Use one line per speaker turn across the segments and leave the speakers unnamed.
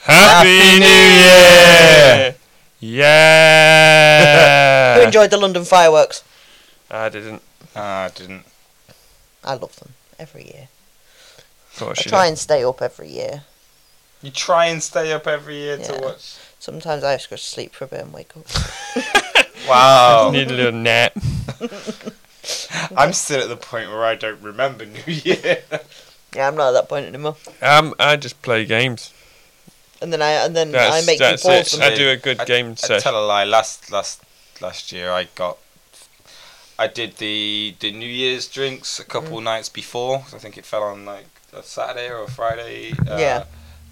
Happy New Year!
Yeah.
Who enjoyed the London fireworks?
I didn't.
Ah, I didn't.
I love them every year.
Thought
I
she
try and stay up every year.
You try and stay up every year
Yeah.
to watch.
Sometimes I just go to sleep for a bit and wake up.
Wow.
Need a little nap.
I'm still at the point where I don't remember New Year.
Yeah, I'm not at that point anymore.
Um, I just play games.
And then I and then
That's,
I make you
that's
pause
it.
them.
I do a good
I-
game
I
session.
tell a lie. Last last last year, I got. I did the the New Year's drinks a couple
Mm.
nights before. 'cause I think it fell on like a Saturday or a Friday. Uh,
Yeah.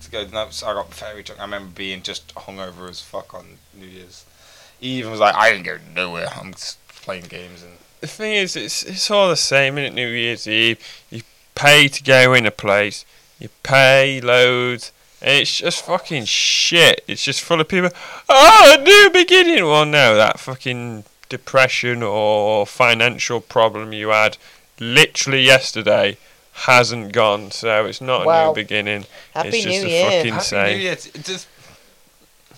To go, no, so I got very drunk. I remember being just hungover as fuck on New Year's. Eve and was like, I didn't go nowhere. I'm just playing games and.
The thing is, it's it's all the same, isn't it? New Year's Eve, you pay to go in a place, you pay loads, and it's just fucking shit. It's just full of people. Oh, a new beginning. Well, no, that fucking depression or financial problem you had literally yesterday hasn't gone, so it's not a
Wow.
new beginning.
Happy
it's just
New
a
Year.
fucking-
Happy
Insane.
New Year. It's- it's just-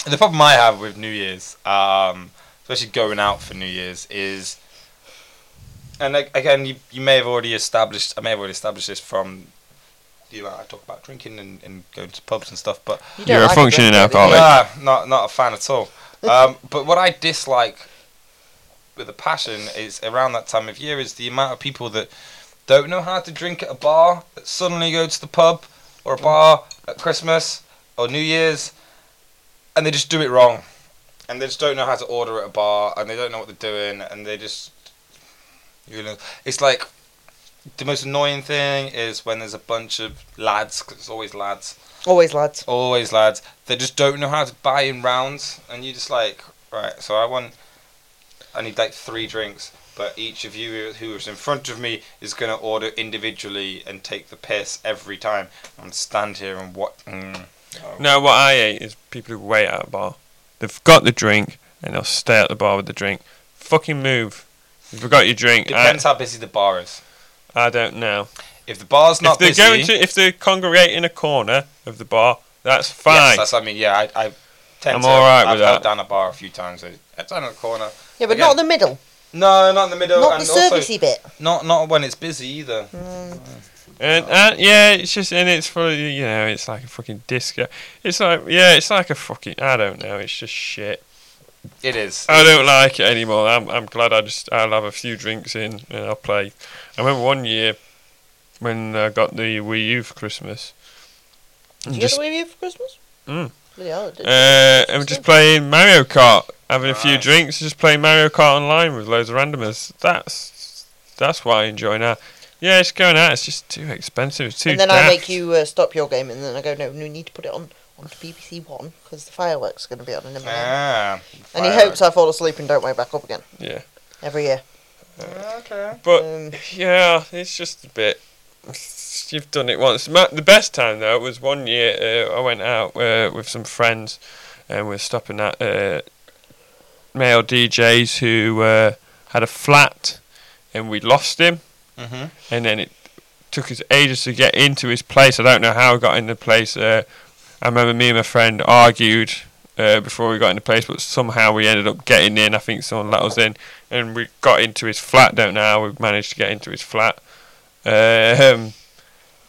the problem I have with New Year's, um, especially going out for New Year's, is, and like, again, you, you may have already established, I may have already established this from, you know, I talk about drinking and, and going to pubs and stuff, but
You don't
You're a
like it,
functioning
don't you?
alcoholic.
no, not not a fan at all. Um, but what I dislike with a passion is around that time of year is the amount of people that don't know how to drink at a bar that suddenly go to the pub or a bar at Christmas or New Year's, and they just do it wrong, and they just don't know how to order at a bar, and they don't know what they're doing, and they just you know, it's like the most annoying thing is when there's a bunch of lads, 'cause it's always lads,
Always lads.
Always, lads. They just don't know how to buy in rounds, and you just like, right. So I want, I need like three drinks, but each of you who is in front of me is gonna order individually and take the piss every time. And stand here and what? Mm.
No, what I hate is people who wait at a bar. They've got the drink and they'll stay at the bar with the drink. Fucking move. You forgot your drink. I,
Depends how busy the bar is.
I don't know.
If the bar's
If
not
they're
busy,
going to, if they congregate in a corner of the bar, that's
yes,
fine.
that's. I mean, yeah, I, I tend
I'm
to.
all right
I've
with
held
that.
down a bar a few times. I down in the corner.
Yeah, but
Again-
not the middle.
No, not in the middle.
Not
and
the
also,
servicey bit.
Not not when it's busy either.
and uh, yeah, it's just and it's full of you know, it's like a fucking disco. It's like yeah, it's like a fucking I don't know. It's just shit.
It is.
I don't like it anymore. I'm I'm glad I just I'll have a few drinks in and I'll play. I remember one year when I got the Wii U for Christmas.
Did you
Just-
get the Wii U for Christmas?
Mm.
Bloody hell, it did.
Uh, and we're just playing Mario Kart, having a few
Right.
drinks, just playing Mario Kart online with loads of randomers. That's that's why I enjoy now. Yeah, it's going out. It's just too expensive. It's too.
and then I make
daft.
you uh, stop your game, and then I go, no, no need to put it on onto BBC One because the fireworks are going to be on in a minute.
Ah,
and he
fireworks.
hopes I fall asleep and don't wake back up again
Yeah,
every year.
Okay.
but
Um,
yeah, it's just a bit. You've done it once. Ma- The best time though was one year. Uh, I went out uh, with some friends, and we're stopping at uh, male DJs who uh, had a flat, and we lost him.
Mm-hmm.
and then it took us ages to get into his place. I don't know how I got in the place. Uh, I remember me and my friend argued uh, before we got into place, but somehow we ended up getting in. I think someone let us in, and we got into his flat. Don't know how we managed to get into his flat. Um,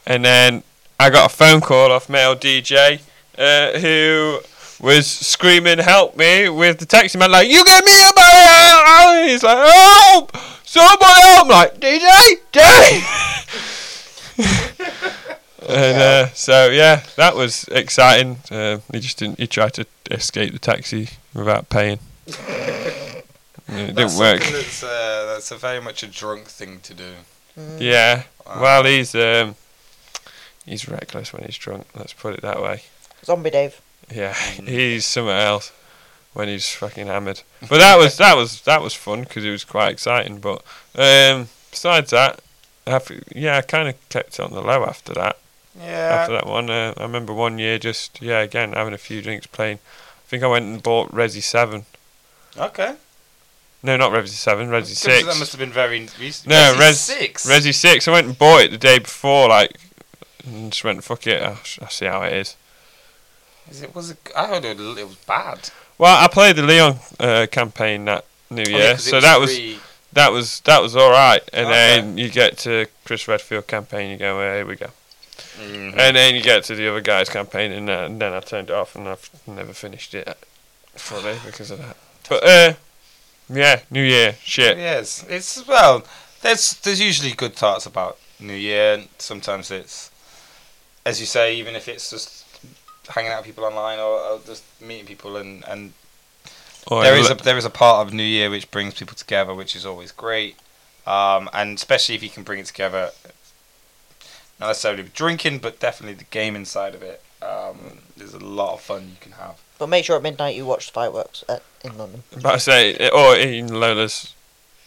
and then I got a phone call off male DJ uh, who was screaming "Help me!" with the taxi man like "You get me a out!" And he's like "Help! Someone help!" I'm like DJ, DJ. and uh, so yeah, that was exciting. Uh, he just didn't. He tried to escape the taxi without paying. And it didn't work.
That's, uh, that's a very much a drunk thing to do.
Mm.
Yeah.
Wow.
Well, he's um, he's reckless when he's drunk. Let's put it that way.
Zombie Dave.
Yeah, he's somewhere else when he's fucking hammered. But that was that was that was fun because it was quite exciting. But um, besides that, I f yeah, I kind of kept it on the low after that.
Yeah.
After that one, uh, I remember one year just yeah, again having a few drinks, playing. I think I went and bought Resi Seven.
Okay.
No, not Resi Seven, Resi Six.
That must have been very recent.
No,
Resi
Res
six.
Resi Six. I went and bought it the day before, like, and just went fuck it. I, I see how it is.
Is it was it, I heard it, it was bad.
Well, I played the Leon uh, campaign that New
Oh,
Year,
because it
so that was
really-
that was that was all right. And
Okay.
then you get to Chris Redfield campaign, you go, "Well, here we go.
Mm-hmm.
And then you get to the other guy's campaign, and, uh, and then I turned it off, and I've never finished it fully because of that. But uh, yeah, New Year shit.
Yes, it's well. There's there's usually good thoughts about New Year. and Sometimes it's, as you say, even if it's just hanging out with people online or, or just meeting people, and and
Or
there is a
le-
there is a part of New Year which brings people together, which is always great. Um, and especially if you can bring it together, not necessarily with drinking, but definitely the game inside of it. Um, there's a lot of fun you can have.
But make sure at midnight you watch the fireworks at, in London.
but I say, or in Lola's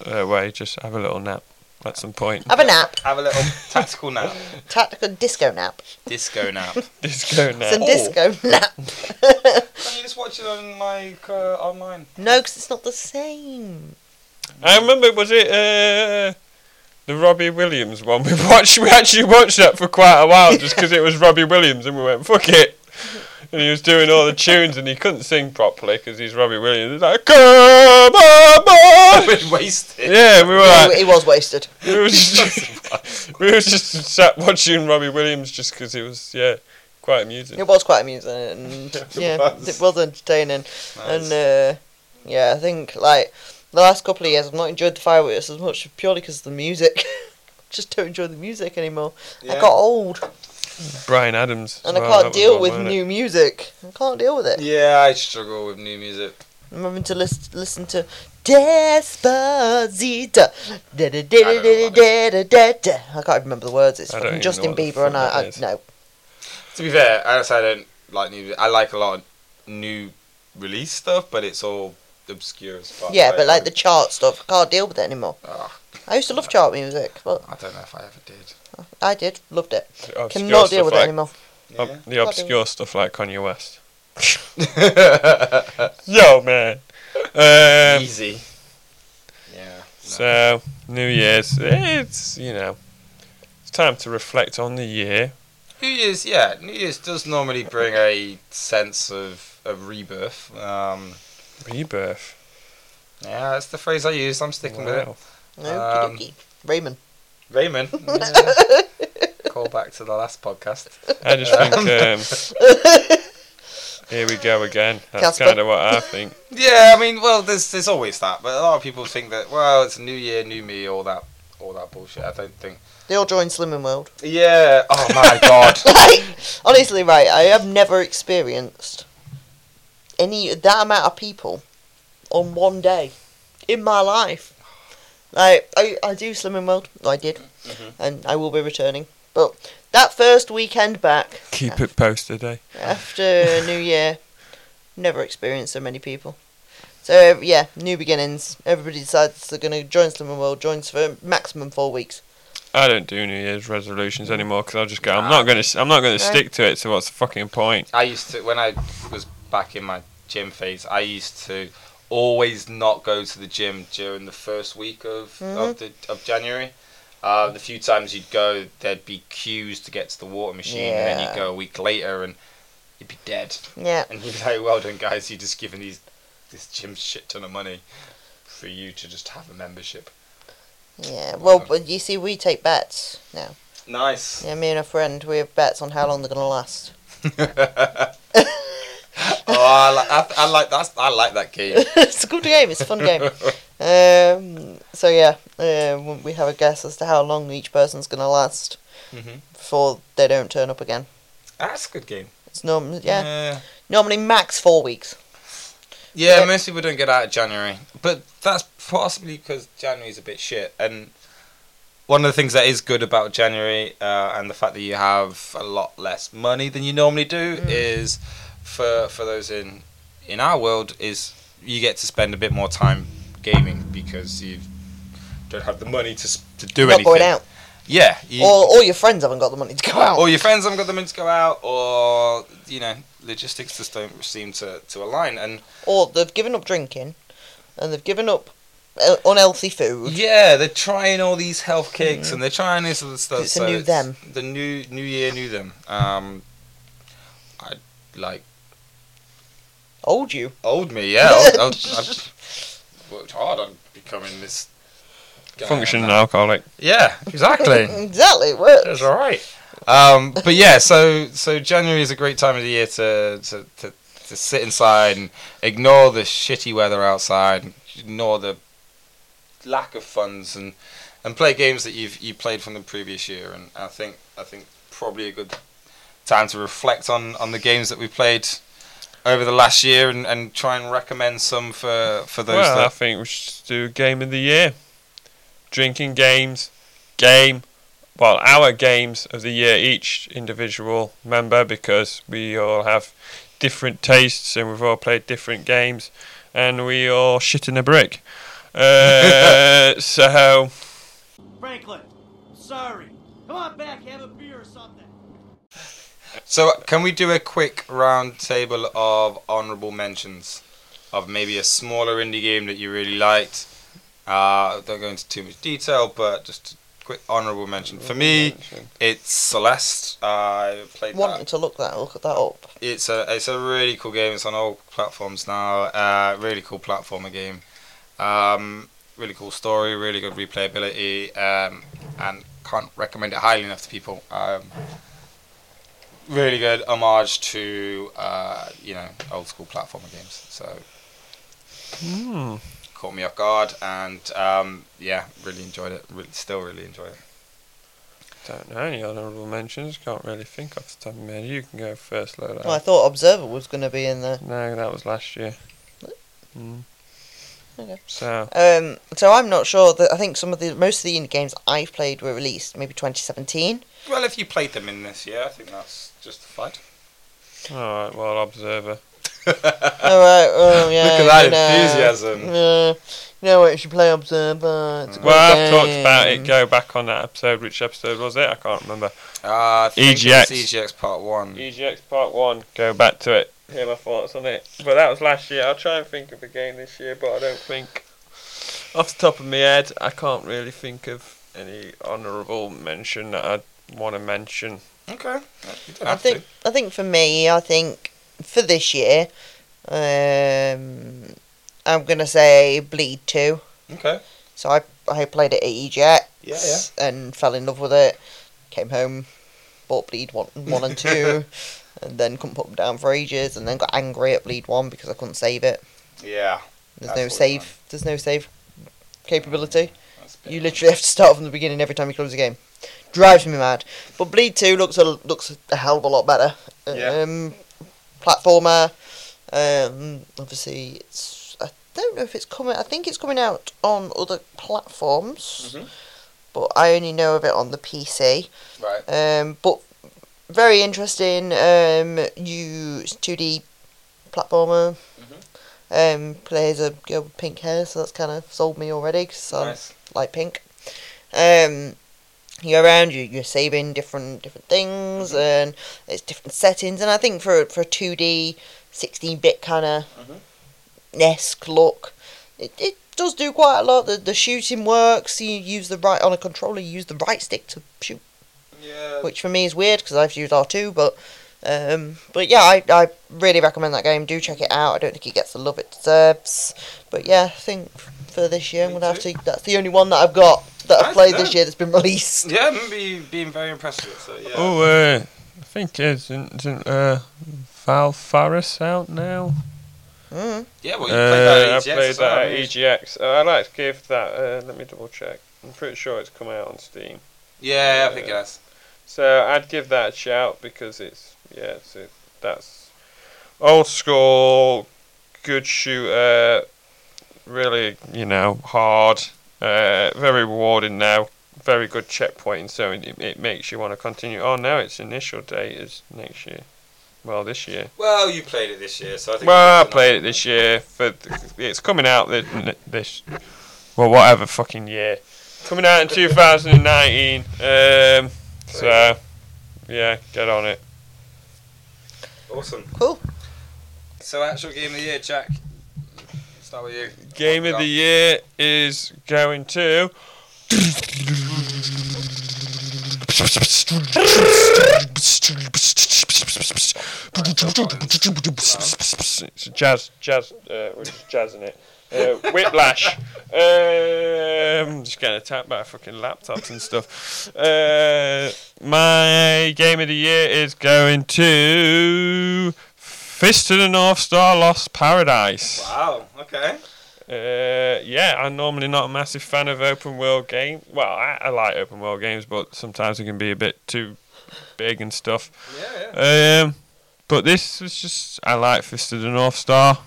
uh, way, just have a little nap at some point.
Have a nap,
Have a little tactical nap,
tactical disco nap,
disco nap.
Disco
some
nap.
Oh.
disco nap.
Can you just watch it on like uh, online?
no, because it's not the same.
I remember, was it uh, the Robbie Williams one we watched? We actually watched that for quite a while just because it was Robbie Williams, and we went fuck it. And he was doing all the tunes, and he couldn't sing properly because he's Robbie Williams. He's like, come on, boy."
Bit wasted.
Yeah, we were
No,
like,
it was wasted.
we were just, we were just sat watching Robbie Williams just because it was, yeah, quite amusing.
It was quite amusing, and
It
yeah,
was.
it was entertaining.
Nice.
And uh, yeah, I think like the last couple of years, I've not enjoyed the fireworks as much purely because of the music. Just don't enjoy the music anymore. I
Yeah.
got old,
Brian Adams. as
and
well,
I
that
can't
was
deal
one,
with
wasn't it?
new music. I can't deal with it.
Yeah, I struggle with new music.
I'm having to listen listen to Despacito. Da- da- da- da- da- da- da- da- da. I can't remember the words. It's
I don't
fucking
even know
Justin
what the
Bieber, and
fuck
I,
that
I
is.
no.
To be fair, I also don't like new. I like a lot of new release stuff, but it's all obscure as fuck.
Yeah, but like the chart stuff, I can't deal with it anymore.
Ah.
I used to love chart music, but
I don't know if I ever did.
I did, loved it.
The obscure
Cannot deal
stuff
with it
like-
anymore.
ob-
Oh.
the
Can't
obscure stuff like Kanye West.
Yeah.
Yo, man. Um,
Easy. Yeah. no.
so, New Year's. It's, you know, it's time to reflect on the year.
New Year's, yeah, New Year's does normally bring a sense of of rebirth. Um,
Rebirth.
yeah, that's the phrase I use. I'm sticking with it.
Wow.
Okie
Um,
dokie. Raymond.
Raymond. yeah. Call back to the last podcast.
I just
Um,
think, um, here we go again. That's
Casper.
kind of what I think.
Yeah, I mean, well, there's there's always that, but a lot of people think that well, it's a new year, new me, all that, all that bullshit. I don't think.
They all joined Slimming World.
Yeah. Oh my god.
Like, honestly, right, I have never experienced any that amount of people on one day in my life. Like, I, I do Slimming World, I did,
Mhm.
and I will be returning. But that first weekend back
Keep it posted, eh?
after New Year, never experienced so many people. So, yeah, new beginnings. Everybody decides they're going to join Slimming World, joins for maximum four weeks.
I don't do New Year's resolutions anymore because I'll just go.
Ah.
I'm not gonna. s- I'm not gonna
Nah.
stick to it. So what's the fucking point?
I used to when I was back in my gym phase. I used to always not go to the gym during the first week of
Mm-hmm.
of, the, of January. Uh, the few times you'd go, there'd be queues to get to the water machine, and then
Yeah.
you'd go a week later, and you'd be dead.
Yeah.
And he'd be like, "Well done, guys! You just given these this gym shit ton of money for you to just have a membership."
Yeah, well, but you see, we take bets now.
Nice.
Yeah, me and a friend, we have bets on how long they're gonna last.
oh, I like I, I like that. I like that game. Mm-hmm.
it's a good game. It's a fun game. Um, so yeah, um, we have a guess as to how long each person's gonna last
Mhm.
before they don't turn up again.
That's a good game.
It's normally yeah,
Yeah.
normally max four weeks.
Yeah,
Yeah.
most people don't get out of January, but that's possibly because January is a bit shit. And one of the things that is good about January uh, and the fact that you have a lot less money than you normally do
Mm.
is, for for those in in our world, is you get to spend a bit more time gaming because you don't have the money to s- to do
Not
anything.
going out,
Yeah, you- Oh,
or all your friends haven't got the money to go out.
or your friends haven't got the money to go out, or you know, logistics just don't seem to to align and.
or they've given up drinking, and they've given up uh, unhealthy food.
Yeah, they're trying all these health kicks and they're trying this other stuff.
It's a new them.
The new new year, new them. Um, I like
Old you.
Old me, yeah. Old, old, I've worked hard on becoming this guy.
Functioning alcoholic.
Yeah, exactly.
exactly, it works.
That's all right. Um, but yeah, so so January is a great time of the year to to, to, to sit inside and ignore the shitty weather outside, and ignore the lack of funds, and and play games that you've you played from the previous year. And I think I think probably a good time to reflect on on the games that we played over the last year and, and try and recommend some for for those
Well, I
that
think we should do game of the year. Drinking games, game, well, our games of the year, each individual member, because we all have different tastes and we've all played different games and we all shit in a brick. Uh, so,
Franklin, sorry. Come on back, have a beer or something.
So, can we do a quick round table of honourable mentions of maybe a smaller indie game that you really liked? Uh, don't go into too much detail, but just a quick honourable mention. For me, it's Celeste. I played that.
Wanted to look that look that up.
It's a it's a really cool game. It's on all platforms now. Uh, really cool platformer game. Um, really cool story. Really good replayability. Um, and can't recommend it highly enough to people. Um, really good homage to uh, you know old school platformer games. So
hmm,
caught me off guard, and um, yeah, really enjoyed it. Really, still really enjoy it.
don't know any honourable mentions. Can't really think off the top of my head. You can go first, Lola.
Well, I thought Observer was going to be in there.
No, that was last year. Mm.
Okay.
So,
Um, so I'm not sure that I think some of the most of the indie games I've played were released maybe 2017.
Well, if you played them in this year, I think that's justified.
alright, well, Observer.
All right, oh yeah.
Look at that
you know,
enthusiasm.
Yeah, you know what? You should play Observer. It's a
Well, I've
great
talked about it.
game.
Go back on that episode. Which episode was it? I can't remember.
Uh, I think
EGX.
It's EGX Part
E
One.
EGX Part 1. Go back to it. Hear my thoughts on it. But that was last year. I'll try and think of a game this year, but I don't think. Off the top of my head, I can't really think of any honourable mention that I want to mention.
Okay. You don't
I
have
think I think for me, I think for this year, um, I'm gonna say Bleed Two.
to. Okay.
So I I played it at E EJX
Yeah, yeah.
and fell in love with it. Came home, bought Bleed one, one and two, and then couldn't put them down for ages. And then got angry at Bleed one because I couldn't save it.
Yeah.
There's
That's
no
always
save.
fun.
There's no save capability.
That's a bit-
You literally have to start from the beginning every time you close the game. Drives me mad. But Bleed Two looks a looks a hell of a lot better.
Yeah.
Um, platformer. Um, obviously, it's I don't know if it's coming. I think it's coming out on other platforms,
Mhm.
but I only know of it on the PC.
Right.
Um, but very interesting. Um, you two D platformer.
Mm-hmm.
Um, plays a girl with pink hair, so that's kind of sold me already because I
Nice.
light pink. Um, you're around you. You're saving different different things, and it's different settings. And I think for for two D, sixteen bit kind of
Mhm.
Nesk look, it, it does do quite a lot. The the shooting works. You use the right on a controller. You use the right stick to shoot,
Yeah.
which for me is weird because I've used R two, but. Um, but yeah, I, I really recommend that game. Do check it out. I don't think it gets the love it deserves. But yeah, I think for this year I'm
Me
gonna have
too.
to. That's the only one that I've got that I've
Nice,
played
no.
this year that's been released.
yeah, I remember you being very impressed with it. So yeah.
Oh, uh, I think isn't, isn't uh, Val Faris out now?
Mm.
Yeah. Well, you
Uh, I
played that at E EGX.
played
so
that
I
at
mean-
EGX. Uh, I'd like to give that. Uh, let me double check. I'm pretty sure it's come out on Steam.
Yeah, I think it has.
So I'd give that a shout because it's yeah, it's a, that's old school, good shooter, really you know hard, uh, very rewarding now, very good checkpointing. So it, it makes you want to continue. Oh no, its initial date is next year. Well, this year.
Well, you played it this year, so I think.
Well, I played it this year. For th- it's coming out this, this well, whatever fucking year, coming out in 2019. Um, so yeah, get on it.
Awesome.
Cool.
So, actual game of the year, Jack. Start with you.
Game of the year is going to. It's jazz, jazz, uh, we're just jazzing it. Uh, Whiplash. Um, just getting attacked by fucking laptops and stuff. Uh, my game of the year is going to Fist to the North Star Lost Paradise.
Wow. Okay.
Uh, yeah, I'm normally not a massive fan of open world games. Well, I, I like open world games, but sometimes it can be a bit too big and stuff.
Yeah. yeah.
Um, but this was just I like Fist of the North Star,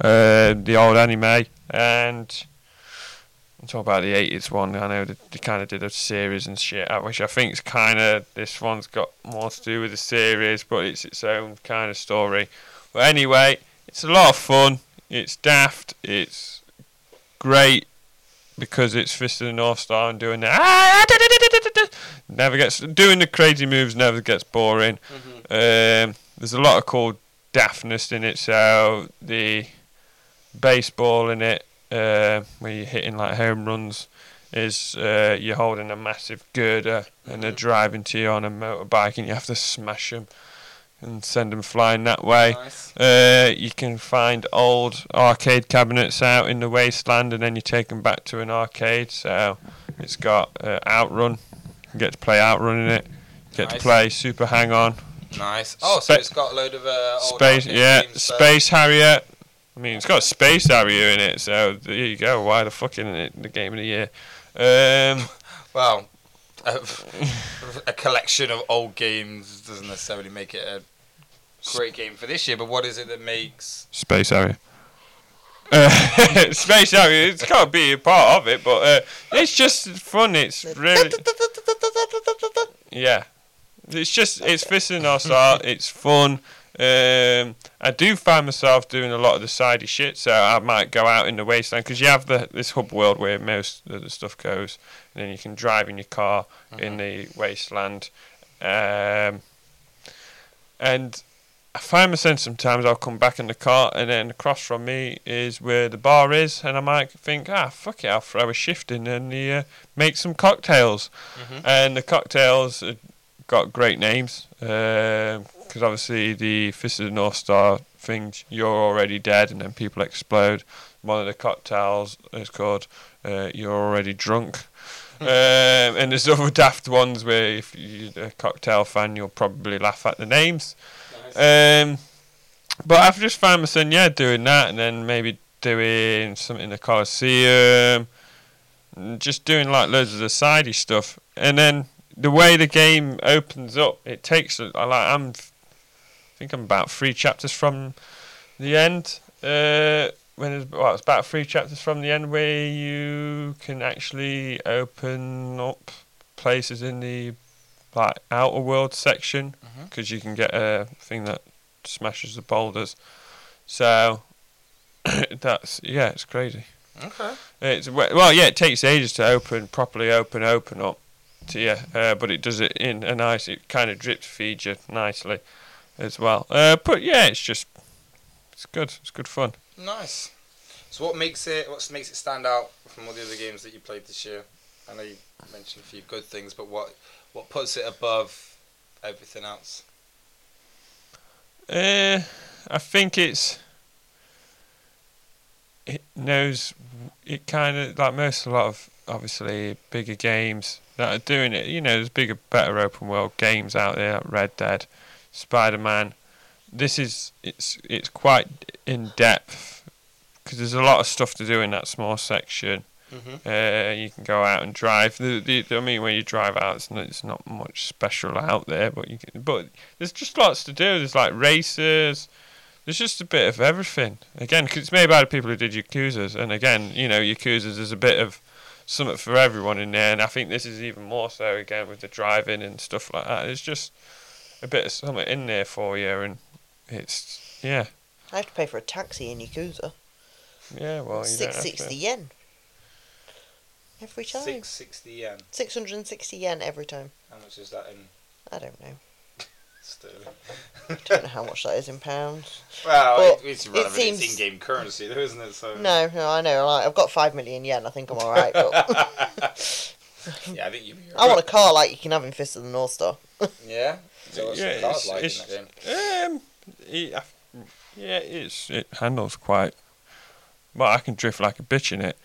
uh, the old anime, and I'm talking about the '80s one. I know they, they kind of did a series and shit, uh, which I think's kind of this one's got more to do with the series, but it's its own kind of story. But anyway, it's a lot of fun. It's daft. It's great because it's Fist of the North Star and doing that. Ah, da, da, da, da, da, da. Never gets doing the crazy moves. Never gets boring. Um, there's a lot of cool daftness in it. So the baseball in it, uh, where you're hitting like home runs, is uh, you're holding a massive girder and they're driving to you on a motorbike and you have to smash them and send them flying that way.
Nice.
Uh, you can find old arcade cabinets out in the wasteland, and then you take them back to an arcade. So it's got uh, Outrun. You get to play Outrun in it. You get
Nice.
to play Super Hang On.
Nice. Oh,
Spa-
so it's got a load of uh, old
Space,
arcade
yeah,
games, so-
Space Harrier. I mean, it's got Space Harrier in it, so there you go. Why the fuck isn't it the game of the year? Um,
Well, a, a collection of old games doesn't necessarily make it a great game for this year. But what is it that makes?
Space Harrier. Uh, Space Harrier, it's got to be a part of it, but uh, it's just fun. It's really. Yeah, it's just it's fisting us out. It's fun. Um, I do find myself doing a lot of the sidey shit, so I might go out in the wasteland because you have the this hub world where most of the stuff goes, and then you can drive in your car in the wasteland. Um, and I find myself sometimes I'll come back in the car, and then across from me is where the bar is, and I might think, ah, fuck it, I'll throw a shift in and uh, make some cocktails Mm-hmm. and the cocktails uh, got great names because obviously the Fist of the North Star thing, you're already dead, and then people explode. One of the cocktails is called uh, "You're Already Drunk," um, and there's other daft ones where if you're a cocktail fan, you'll probably laugh at the names. Um, but I've just found myself, yeah, doing that, and then maybe doing something in the Coliseum, and just doing like loads of the sidey stuff. And then the way the game opens up, it takes. I like I'm, I think I'm about three chapters from the end. Uh, when it's, well, it's about three chapters from the end where you can actually open up places in the like outer world section because you can get a thing that smashes the boulders. So that's yeah, it's crazy.
Okay.
It's we- well, yeah, it takes ages to open properly, open, open up. To, yeah, uh, but it does it in a nice. It kind of drip feeds you nicely, as well. Uh, but yeah, it's just it's good. It's good fun.
Nice. So what makes it? What makes it stand out from all the other games that you played this year? I know you mentioned a few good things, but what what puts it above everything else?
Uh, I think it's it knows it kind of like most a lot of obviously bigger games that are doing it. You know, there's bigger, better open world games out there, like Red Dead, Spider Man. This is it's it's quite in depth because there's a lot of stuff to do in that small section.
Mhm.
Uh, you can go out and drive. The, the, I mean, when you drive out, it's not, it's not much special out there, but you can, but there's just lots to do. There's like races. There's just a bit of everything. Again, 'cause it's made by the people who did Yakuza's, and again, you know, Yakuza's is a bit of something for everyone in there, and I think this is even more so again with the driving and stuff like that. There's just a bit of something in there for you, and it's yeah,
I have to pay for a taxi in Yakuza.
yeah. Well, Oh, you don't have
Six
to-
sixty yen. Every time.
Six sixty yen.
Six hundred and sixty yen every time.
How much is that in
I don't know.
sterling?
Don't know how much that is in pounds.
Well,
Well,
it, it's
it
relevant.
seems-
It's in-game currency, though, isn't it?
Uh.
So
No, no, I know. Like, I've got five million yen. I think I'm all right. But
Yeah, I think you.
I want a car like you can have in Fist of the North Star.
Yeah. So it's
Yeah,
yeah,
it's-
like
it's-
in that game.
Um, yeah, yeah, it's it handles quite. Well, I can drift like a bitch in it,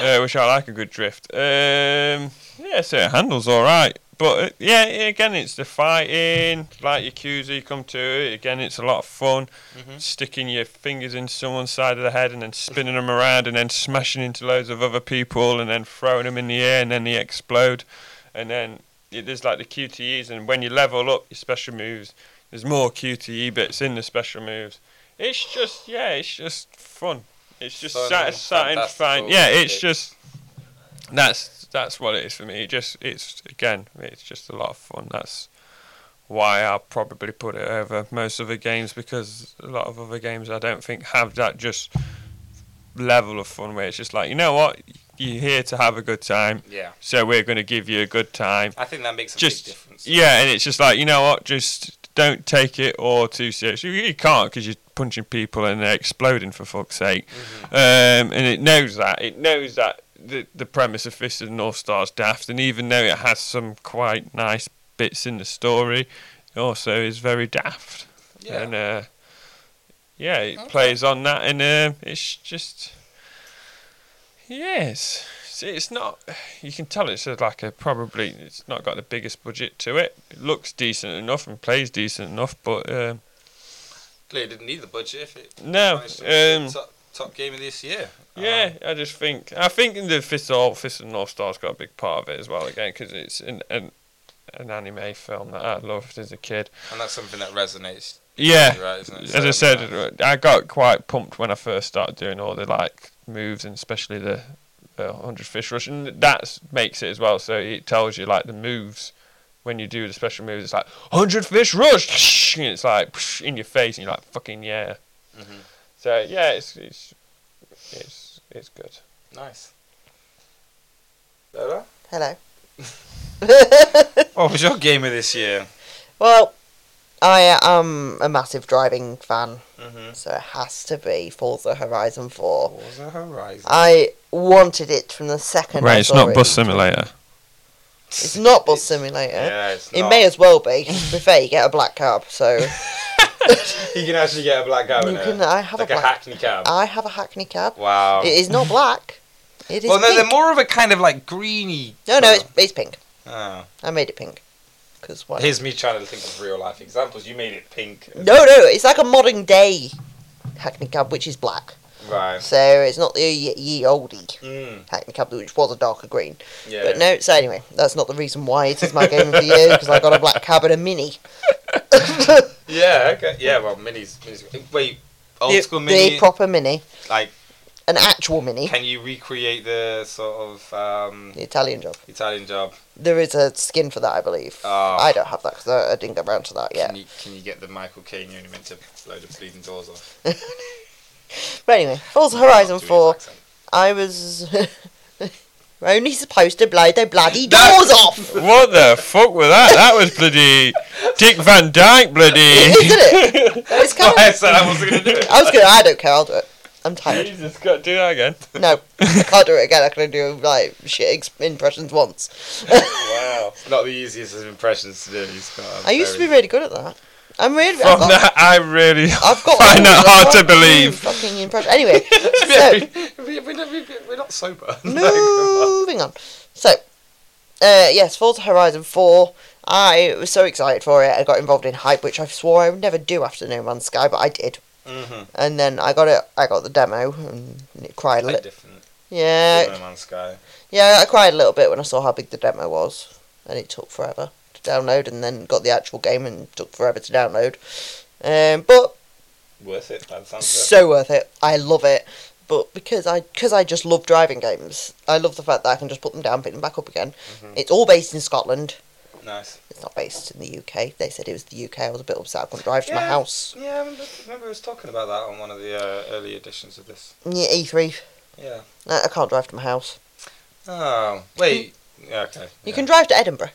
uh, which I like a good drift. Um, yeah, so it handles all right, but uh, yeah, again, it's the fighting, like your QZ come to it. Again, it's a lot of fun, sticking your fingers in someone's side of the head and then spinning them around and then smashing into loads of other people and then throwing them in the air and then they explode, and then it, there's like the QTEs and when you level up your special moves there's more QTE bits in the special moves. It's just yeah, it's just fun. It's just
Fun,
satisfying.
fantastical,
Fine. Yeah, it's
isn't it?
just that's that's what it is for me. It just it's again, it's just a lot of fun. That's why I'll probably put it over most other games because a lot of other games I don't think have that just level of fun where it's just like you know what you're here to have a good time,
Yeah,
so we're going to give you a good time.
I think that makes a
Just-
big difference.
Yeah, and it's just like you know what, just don't take it all too serious. You, you can't because you're punching people and they're exploding for fuck's sake.
Mm-hmm.
Um, and it knows that. It knows that the the premise of Fist of the North Star's daft, and even though it has some quite nice bits in the story, it also is very daft.
Yeah.
And uh, yeah, it plays on that, and um, it's just yes. See, it's not. You can tell it's a, like a probably. It's not got the biggest budget to it. It looks decent enough and plays decent enough, but um,
Clearly didn't need the budget if it
no.
managed to be
Um,
the top, top game of this year.
yeah, I just think I think in the Fist of Fist of the North Star's got a big part of it as well again because it's an, an an anime film that I loved as a kid.
Uh, And that's something that resonates.
Yeah,
Right, isn't it?
As
So,
I said,
uh,
I got quite pumped when I first started doing all the like moves, and especially the uh, hundred fish rush, and that makes it as well. So it tells you like the moves when you do the special moves. It's like hundred fish rush, and it's like in your face, and you're like fucking yeah.
Mhm.
So yeah, it's it's it's it's good.
Nice. Lola?
Hello.
What was your game of this year?
Well, I am a massive driving fan,
Mm-hmm.
so it has to be Forza Horizon 4.
Forza Horizon.
I wanted it from the second. I saw it.
Simulator.
It's not Bus Simulator.
Yeah, it's
It
not.
may as well be. 'cause To be fair, you get a black cab, so
You can actually get a black guy
you
in
can.
it.
I have
Like
a
a
black.
hackney cab.
I have a hackney cab.
Wow.
It is not black. It is
well, no,
pink.
they're more of a kind of like greeny.
no, no,
colour.
it's, it's pink.
Oh.
I made it pink. Cause why?
Here's me trying to think of real life examples. You made it pink.
No, no, it's like a modern day hackney cab, which is black.
Right.
So it's not the ye, ye oldie
Mm,
hackney cab, which was a darker green.
yeah.
But no, so anyway, that's not the reason why it is my game of the year because I got a black cab and a mini.
Yeah. Okay. Yeah. Well, minis. minis wait. Old
The-
school
the
mini.
proper mini,
like,
an actual mini,
can you recreate the sort of um,
the Italian job.
Italian job?
There is a skin for that, I believe.
Oh.
I don't have that because I, I didn't get round to that yet.
Can you can you get the Michael Caine you only meant to load of bleeding doors off?
But anyway, Forza Horizon
Do his
4,
accent.
I was only supposed to blow the bloody
That-
doors off,
What the fuck was that? That was bloody Dick Van Dyke, bloody.
isn't it? It's kind
I
of,
said I wasn't gonna do it.
I was gonna, I don't care, I'll do it. I'm tired.
Jesus, got do that again.
No, I can't do it again. I can only do like shit ex- impressions once.
Wow. It's not the easiest of impressions to do. you Scott. I'm
I used to be
sorry.
really good at that. I'm really.
From
I've got,
that, I really
I've got
find
all
that
the
hard to
fucking-
believe.
Fucking impression. Anyway, so
we, we, we, we're not sober.
Moving on. So, uh, yes, Forza Horizon 4. I was so excited for it. I got involved in hype, which I swore I would never do after No Man's Sky, but I did.
mm-hmm.
And then I got it. I got the demo and it cried a
Quite
little.
different.
Yeah,
No Man's Sky.
yeah, I cried a little bit when I saw how big the demo was, and it took forever to download. And then got the actual game and took forever to download. Um, but
Worth it. That sounds
so worth it. I love it. But because I because I just love driving games, I love the fact that I can just put them down, pick them back up again.
Mm-hmm.
It's all based in Scotland.
good. Nice.
It's not based in the UK. They said it was the UK. I was a bit upset. I couldn't drive to my
Yeah.
house.
Yeah, I remember, remember I was talking about that on one of the uh, early editions of this.
Yeah, E3.
Yeah.
No, I can't drive to my house.
Oh, wait. Yeah, okay.
You
yeah.
can drive to Edinburgh,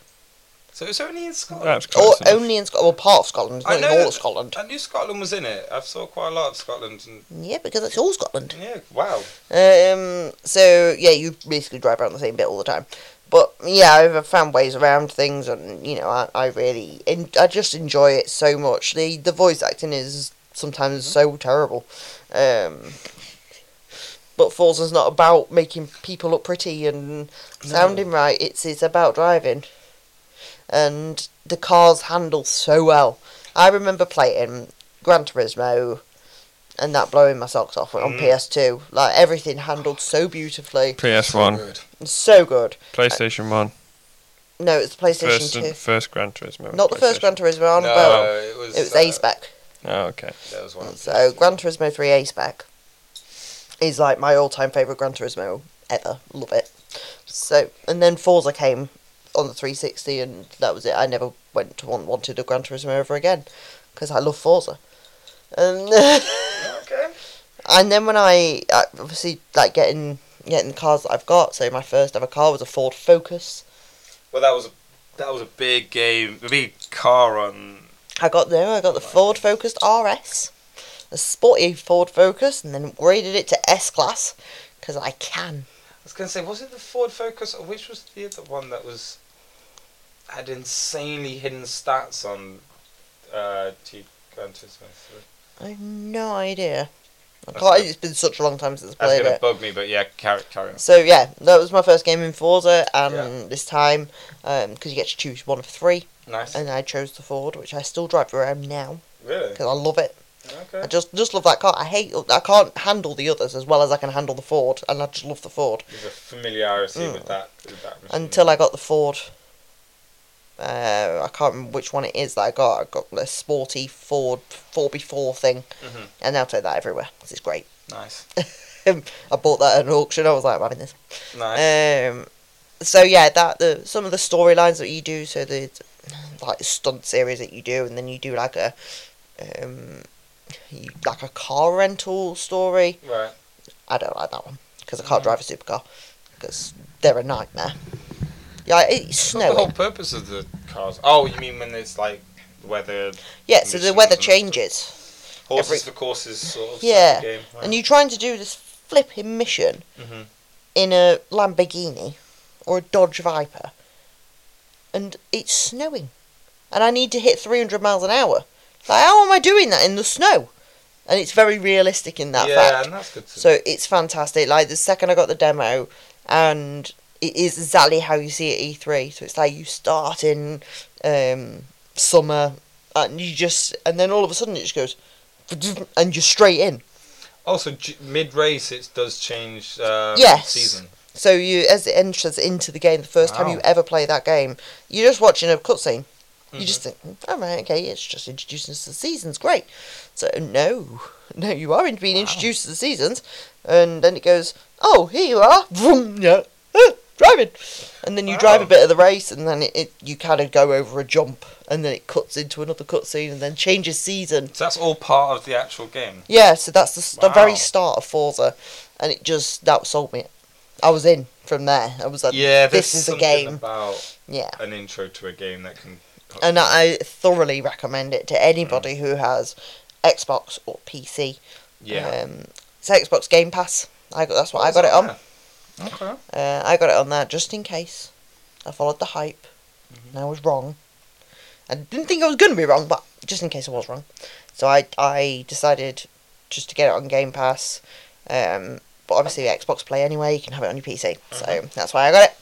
So it's only in Scotland.
That's
or
close enough.
only in Scotland. Well, part of Scotland. It's
I
not even
know
all
that-
of Scotland.
I knew Scotland was in it. I've saw quite a lot of Scotland, and
Yeah, because it's all Scotland.
yeah, wow.
Um. So yeah, you basically drive around the same bit all the time. But yeah, I've found ways around things, and you know, I, I really, en- I just enjoy it so much. The the voice acting is sometimes so terrible, um, but Falls is not about making people look pretty and sounding right. It's it's about driving, and the cars handle so well. I remember playing Gran Turismo, and that blowing my socks off on
Mm.
PS2. Like everything handled so beautifully,
PS1,
Good.
so good.
PlayStation 1,
No, it's the PlayStation
first,
2.
and, first Gran Turismo.
Not the first Gran Turismo,
No,
on about
it was.
it was
uh,
Ace back.
Oh, okay.
That was one. of the-
So Gran Turismo three Ace back is like my all time favourite Gran Turismo ever. Love it. So and then Forza came on the three sixty and that was it. I never went to one wanted a Gran Turismo ever again because I love Forza. And
Okay.
And then when I I- obviously like getting getting the cars that I've got, so my first ever car was a Ford Focus.
Well, that was a that was a big game, a big car on.
I got there, I got the Ford Focus RS, a sporty Ford Focus, and then upgraded it to S class because I can.
I was gonna say, was it the Ford Focus, or which was the other one that was had insanely hidden stats on uh, G- Gran Turismo 3?
I have no idea. I
That's
can't-
good.
it's been such a long time since I
That's
played
gonna
it.
bug me, but yeah, carry carry on.
So yeah, that was my first game in Forza, and
Yeah.
this time, because you get to choose one of three,
Nice.
and I chose the Ford, which I still drive around now
Really?
because I love it. I
Okay.
just just love that car. I hate I can't handle the others as well as I can handle the Ford, and I just love the Ford
There's a familiarity with
Mm.
that. With that machine.
until I got the Ford. Uh, I can't remember which one it is that I got. I got the sporty Ford four B four thing,
Mhm.
and I'll take that everywhere. 'cause it's great.
Nice.
I bought that at an auction. I was like, I'm having this.
Nice.
Um, so yeah, that the some of the storylines that you do, so the like stunt series that you do, and then you do like a um, you, like a car rental story.
right.
I don't like that one because I can't drive a supercar because they're a nightmare. Yeah, it's
What's the whole
snowing.
purpose of the cars? Oh, you mean when it's like weather
Yeah, so the
conditions
weather
and-
changes,
horses
Every-
for courses sort of
Yeah,
type of game? Right.
and you're trying to do this flipping mission
Mhm.
in a Lamborghini or a Dodge Viper, and it's snowing, and I need to hit 300 miles an hour. Like, how am I doing that in the snow? And it's very realistic in that
yeah,
fact.
and that's good. To
So it's fantastic. Like the second I got the demo, and it is exactly how you see it E3. So it's like you start in um, summer, and you just, and then all of a sudden it just goes, and you're straight in.
Also, j- mid race it does change um,
Yes.
season.
So you, as it enters into the game, the first time
Wow.
you ever play that game, you're just watching a cutscene. You just
Mm-hmm.
think, "Mm, all right, okay, it's just introducing us to the seasons, great. So no, no, you are being introduced to the seasons, and then it goes, oh, here you are, vroom, yeah, ah, driving, and then you drive a
Wow.
bit of the race, and then it, it you kind of go over a jump, and then it cuts into another cutscene, and then changes season.
So that's all part of the actual game.
Yeah, so that's the, s the very
Wow.
start of Forza, and it just that sold me. I was in from there. I was like,
Yeah, there's
this is a
something
game.
about
Yeah.
an intro to a game that can.
and I thoroughly recommend it to
Mm.
anybody who has Xbox or PC.
yeah,
Um, it's Xbox Game Pass. I got that's what Uh, I got it on.
Okay.
Uh, I got it on that just in case. I followed the hype,
Mm-hmm.
and I was wrong. I didn't think I was going to be wrong, but just in case I was wrong, so I I decided just to get it on Game Pass. Um, but obviously Xbox Play anyway, you can have it on your PC,
Uh-huh.
so that's why I got it.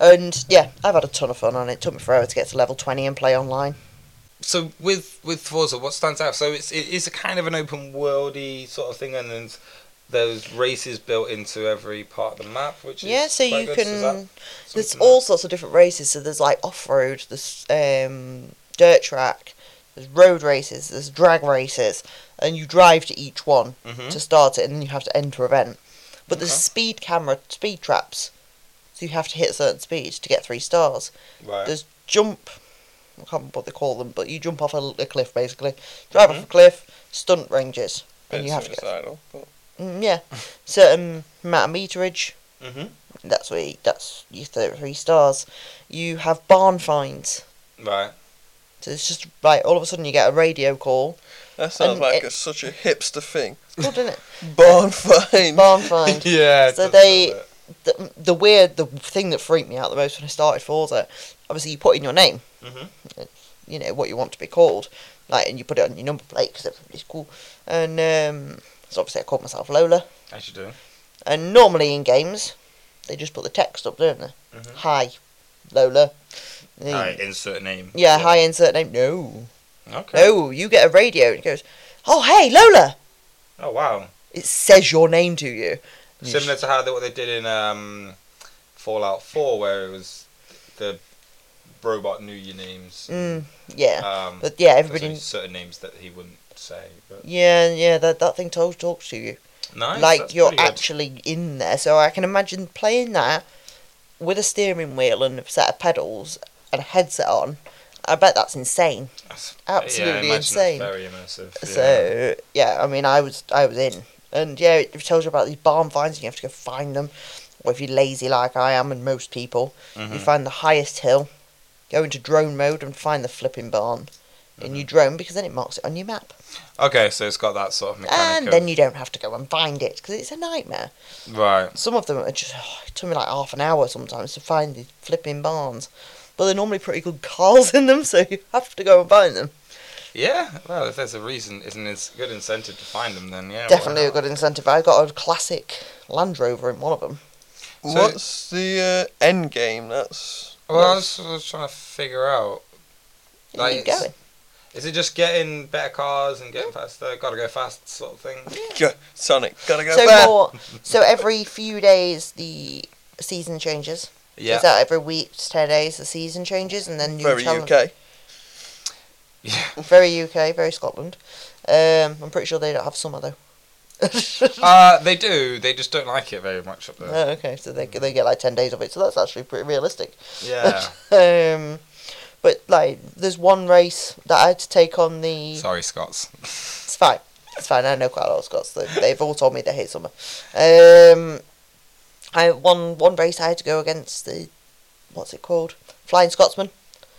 And yeah, I've had a ton of fun on it. took me forever to get to level twenty and play online.
So with with Forza, what stands out? So it's it is a kind of an open worldy sort of thing, and then there's races built into every part of the map, which is
Yeah, so
quite
you
good. is that
can. There's
something
all sorts of different races. So there's like off road, there's um, dirt track, there's road races, there's drag races, and you drive to each one
that- Mhm.
to start it, and then you have to enter event. But there's
Okay.
speed camera, speed traps, so you have to hit a certain speed to get three stars.
right.
There's jump. I can't remember what they call them, but you jump off a, a cliff basically. Drive
Mm-hmm.
off a cliff, stunt ranges, and you have to get
suicidal, but-
mm, yeah, certain amount of meterage.
Mhm.
That's where you, that's your th- three stars. You have barn finds.
Right.
So it's just like all of a sudden you get a radio call.
That
And it- Mm.
a- such a hipster thing.
It's good, isn't it?
Barn find.
Barn find.
Yeah. it
So
does a
they
little bit.
the, the weird, the thing that freaked me out the most when I started Forza, obviously you put in your name,
Mhm.
you know what you want to be called, like, and you put it on your number plate because everybody's cool. And um, so obviously I called myself Lola.
As you do.
And normally in games, they just put the text up, don't they?
Mhm.
Hi, Lola.
Hi, insert name.
Yeah, hi, insert name. No,
Okay.
no, Oh, you get a radio and it goes, oh hey Lola.
Oh wow.
It says your name to you. And you
Similar to how they, what they did in um, Fallout 4, where it was the robot knew your names.
Mm, yeah.
Um,
but yeah,
there's
everybody.
only certain names that he wouldn't say. But
Yeah, yeah, that, that thing talks, talks to you.
nice.
like
that's
you're
pretty good.
actually in there. So I can imagine playing that with a steering wheel and a set of pedals and a headset on. I bet that's insane.
That's-
absolutely
yeah, I imagine that's
insane.
Very immersive. Yeah.
So yeah, I mean, I was I was in, and yeah, it tells you about these barn finds. And you have to go find them, or if you're lazy like I am and most people, you
Mhm.
find the highest hill, go into drone mode and find the flipping barn. in your drone because then it marks it on your map,
Okay, so it's got that sort of mechanic.
and
of-
then you don't have to go and find it because it's a nightmare.
right.
Some of them are just it took me like half an hour sometimes to find the flipping barns, but they're normally pretty good cars in them, so you have to go and find them.
Yeah. Well, if there's a reason, isn't it a good incentive to find them? Then yeah. why
Definitely a
not?
good incentive. I got a classic Land Rover in one of them.
So-
What's the uh, end game? That's
Well, I was, I was trying to figure out.
You
Like,
keep
it's-
going.
Is it just getting better cars and getting faster? Got to go fast, sort of thing.
Go- Sonic. Gotta go
So
back.
more, so every few days the season changes.
Yeah.
Is that every week? It's ten days. The season changes, and then new
Very
challenge.
UK.
yeah.
Very UK. Very Scotland. Um, I'm pretty sure they don't have summer though.
Uh, they do. They just don't like it very much up there.
Oh, okay, so they they get like ten days of it, so that's actually pretty realistic.
Yeah.
um, but like, there's one race that I had to take on the.
Sorry, Scots.
It's fine. It's fine. I know quite a lot of Scots. They, they've all told me they hate summer. Um, I one one race I had to go against the, what's it called? Flying Scotsman.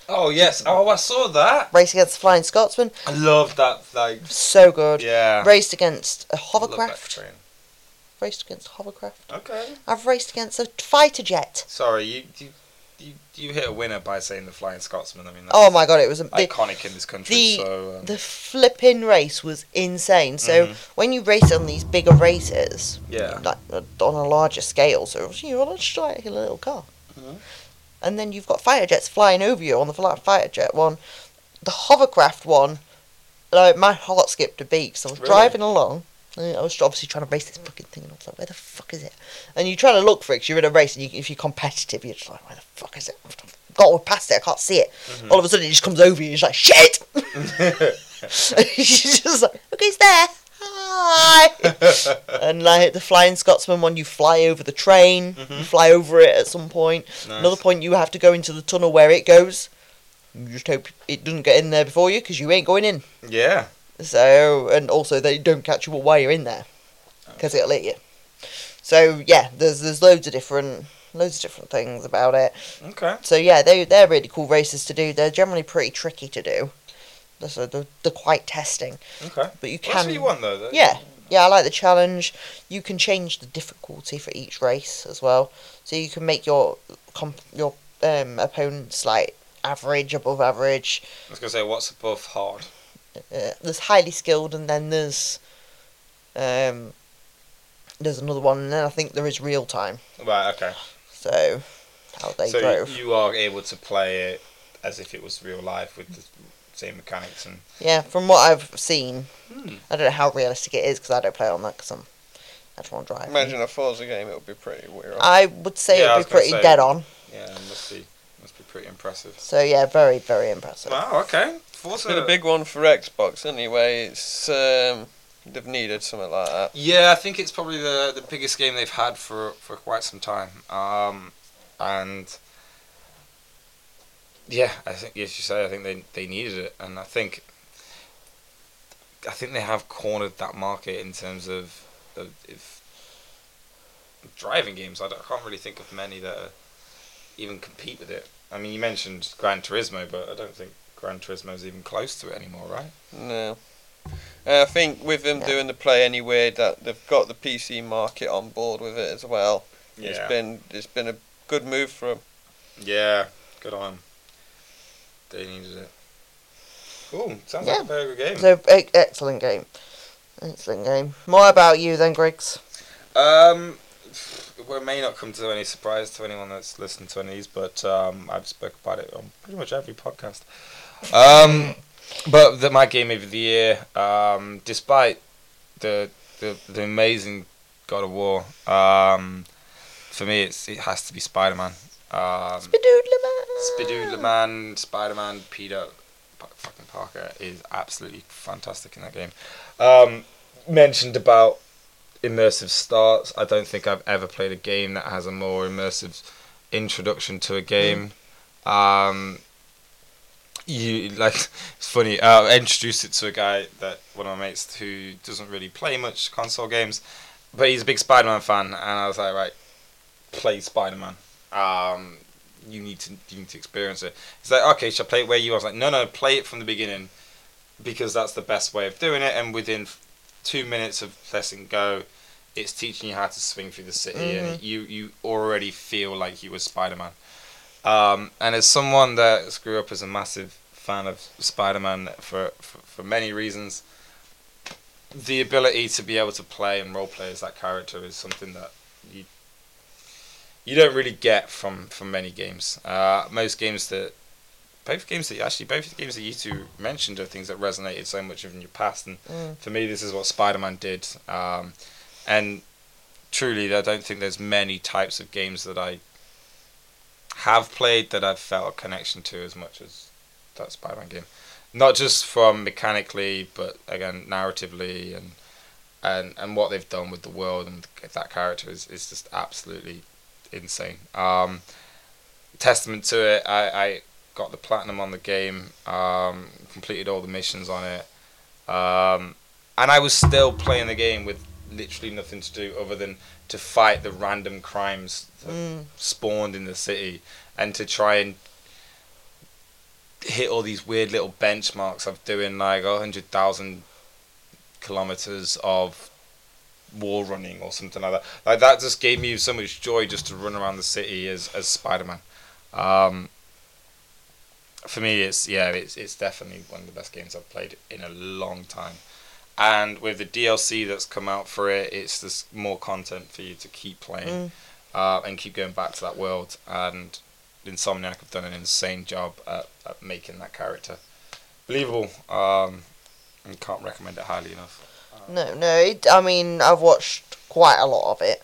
Oh yes. Oh, I saw that.
Race against the Flying Scotsman.
I love that. Like,
So good.
yeah.
Raced against a
Love that
hovercraft.
train.
Raced against a hovercraft.
Okay.
I've raced against a fighter jet.
Sorry, you you you, you hit a winner by saying the Flying Scotsman. I mean, that's
Oh my god, it was a big.
iconic in this country.
the-
so um,
The flipping race was insane. So
Mhm.
when you race on these bigger races,
Yeah.
like uh, on a larger scale, so you're on a strike in a little car,
Mhm.
and then you've got fighter jets flying over you on the fly- fighter jet one, the hovercraft one. Like my heart skipped a beat 'cause I was
Really?
driving along. and I was obviously trying to race this fucking thing, and I was like, "Where the fuck is it?" And you try to look for it. you you're in a race, and you, if you're competitive, you're just like, "Where the fuck is it?" I've got past it. I can't see it.
Mm-hmm.
All of a sudden, it just comes over you. And you're just like, "Shit!" She's just like, look who's there. Hi. and like the Flying Scotsman one, you fly over the train, you fly over it at some point.
Mm-hmm. Nice.
Another point, you have to go into the tunnel where it goes. You just hope it doesn't get in there before you because you ain't going in.
yeah.
So, and also they don't catch you while you're in there
Oh.
because it'll hit you. So yeah, there's there's loads of different loads of different things about it.
Okay.
So yeah, they they're really cool races to do. They're generally pretty tricky to do. So they're, they're quite testing,
Okay.
but you
Well,
can.
That's what you want though. though.
Yeah, yeah, I like the challenge. You can change the difficulty for each race as well, so you can make your comp- your um, opponents like average, above average.
I was gonna say what's above hard.
Uh, there's highly skilled, and then there's um, there's another one, and then I think there is real time.
Right. Okay.
So how they
so
drove.
you, you are able to play it as if it was real life with the same mechanics and.
Yeah, from what I've seen,
Hmm.
I don't know how realistic it is because I don't play on that because I'm I just want to drive.
Imagine a Forza game. It would be pretty weird.
I would say
Yeah, I was
it'd be
gonna
pretty
say-
dead on.
Yeah. it Must be. Must be pretty impressive.
So yeah, very very impressive.
Wow. Okay.
It's
Forza.
been a big one for Xbox anyway. It's um, they've needed something like that.
Yeah, I think it's probably the the biggest game they've had for for quite some time. Um, and yeah, I think as you say, I think they they needed it, and I think I think they have cornered that market in terms of of if driving games. I, don't- I can't really think of many that are, even compete with it. I mean, you mentioned Gran Turismo, but I don't think Gran Turismo is even close to it anymore, right?
No. And I think with them
Yeah.
doing the play anywhere, that they've got the PC market on board with it as well. It's
Yeah.
been it's been a good move for him.
Yeah, good on. 'em. They needed it. Cool. Sounds like
Yeah.
a very good game.
So e- excellent game, excellent game. More about you then, Griggs.
Um, well, it may not come to any surprise to anyone that's listened to any of these, but um, I've spoke about it on pretty much every podcast. Um, but the, my game of the year, um, despite the, the the amazing God of War, um, for me it's it has to be Spider Man. Um,
Spadoodleman.
Spidoodler Man, Spider Man, Peter Pa- fucking Parker is absolutely fantastic in that game. Um, mentioned about immersive starts. I don't think I've ever played a game that has a more immersive introduction to a game. Um, you like it's funny. Uh, I introduced it to a guy that one of my mates who doesn't really play much console games, but he's a big Spider Man fan, and I was like, right, play Spider Man. Um, you need to you need to experience it. He's like, okay, shall I play it where you? are? I was like, no, no, play it from the beginning, because that's the best way of doing it. And within f- two minutes of pressing go, it's teaching you how to swing through the city, and you you already feel like you were Spider Man. Um, and as someone that grew up as a massive fan of Spider Man for, for for many reasons, the ability to be able to play and role play as that character is something that you you don't really get from from many games. Uh, most games that both games that actually both the games that you two mentioned are things that resonated so much in your past, and
Mm.
for me, this is what Spider Man did. Um, and truly, I don't think there's many types of games that I have played that I've felt a connection to as much as that Spider Man game. Not just from mechanically, but again, narratively and. And, and what they've done with the world and that character is, is just absolutely insane. Um, testament to it, I, I got the platinum on the game, um, completed all the missions on it, um, and I was still playing the game with literally nothing to do other than to fight the random crimes that
Mm.
spawned in the city and to try and hit all these weird little benchmarks of doing like 100,000 kilometers of wall running or something like that. Like that just gave me so much joy just to run around the city as as Spider Man. Um, for me, it's yeah, it's it's definitely one of the best games I've played in a long time. And with the DLC that's come out for it, it's just more content for you to keep playing uh, and keep going back to that world. And Insomniac have done an insane job at, at making that character believable. Um, and can't recommend it highly enough.
No, no. It, I mean, I've watched quite a lot of it.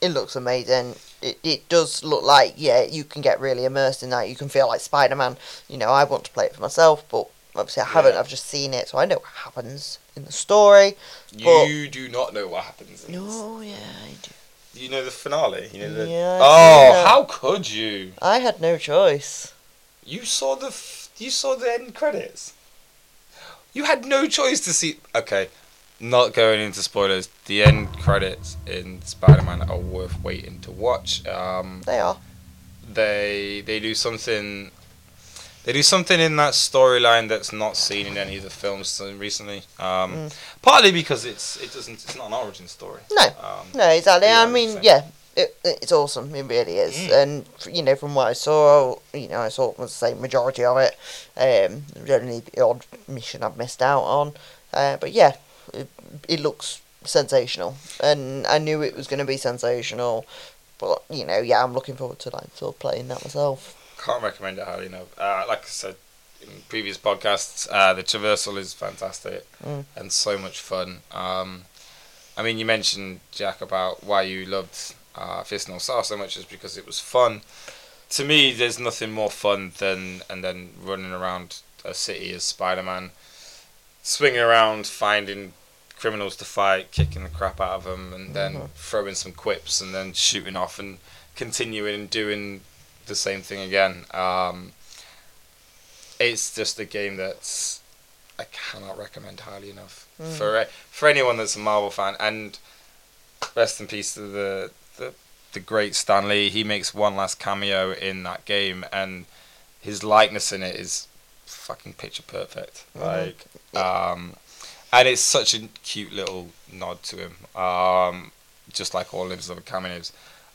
It looks amazing. It, it does look like yeah, you can get really immersed in that. You can feel like Spider Man. You know, I want to play it for myself, but obviously I haven't.
Yeah.
I've just seen it, so I know what happens in the story. But-
You do not know what happens. in this.
No, Oh, yeah, I do.
You know the finale. You know the.
Yeah, I
oh,
see that.
how could you?
I had no choice.
You saw the. F- you saw the end credits. You had no choice to see. Okay, not going into spoilers. The end credits in Spider-Man are worth waiting to watch. Um,
They are.
they they do something. They do something in that storyline that's not seen in any of the films recently. Um, Partly because it's it doesn't it's not an origin story.
No.
Um,
No, exactly.
Yeah,
I mean,
100%.
yeah, it, it's awesome. It really is.
Mm.
And f- you know, from what I saw, you know, I saw the same majority of it. Um, there's only the odd mission I've missed out on. Uh, but yeah, it, it looks sensational, and I knew it was going to be sensational. But you know, yeah, I'm looking forward to like sort of playing that myself.
Can't recommend it highly enough. Uh, like I said in previous podcasts, uh, the traversal is fantastic
Mm.
and so much fun. Um, I mean, you mentioned Jack about why you loved uh, Fist North Star so much is because it was fun. To me, there's nothing more fun than and then running around a city as Spider-Man, swinging around, finding criminals to fight, kicking the crap out of them, and then throwing some quips, and then shooting off and continuing and doing the same thing again. Um, it's just a game that's I cannot recommend highly enough for for anyone that's a Marvel fan. And rest in peace to the the, the great Stan Lee. He makes one last cameo in that game, and his likeness in it is fucking picture perfect.
Mm-hmm.
Like, um, and it's such a cute little nod to him. Um, just like all of his other cameos.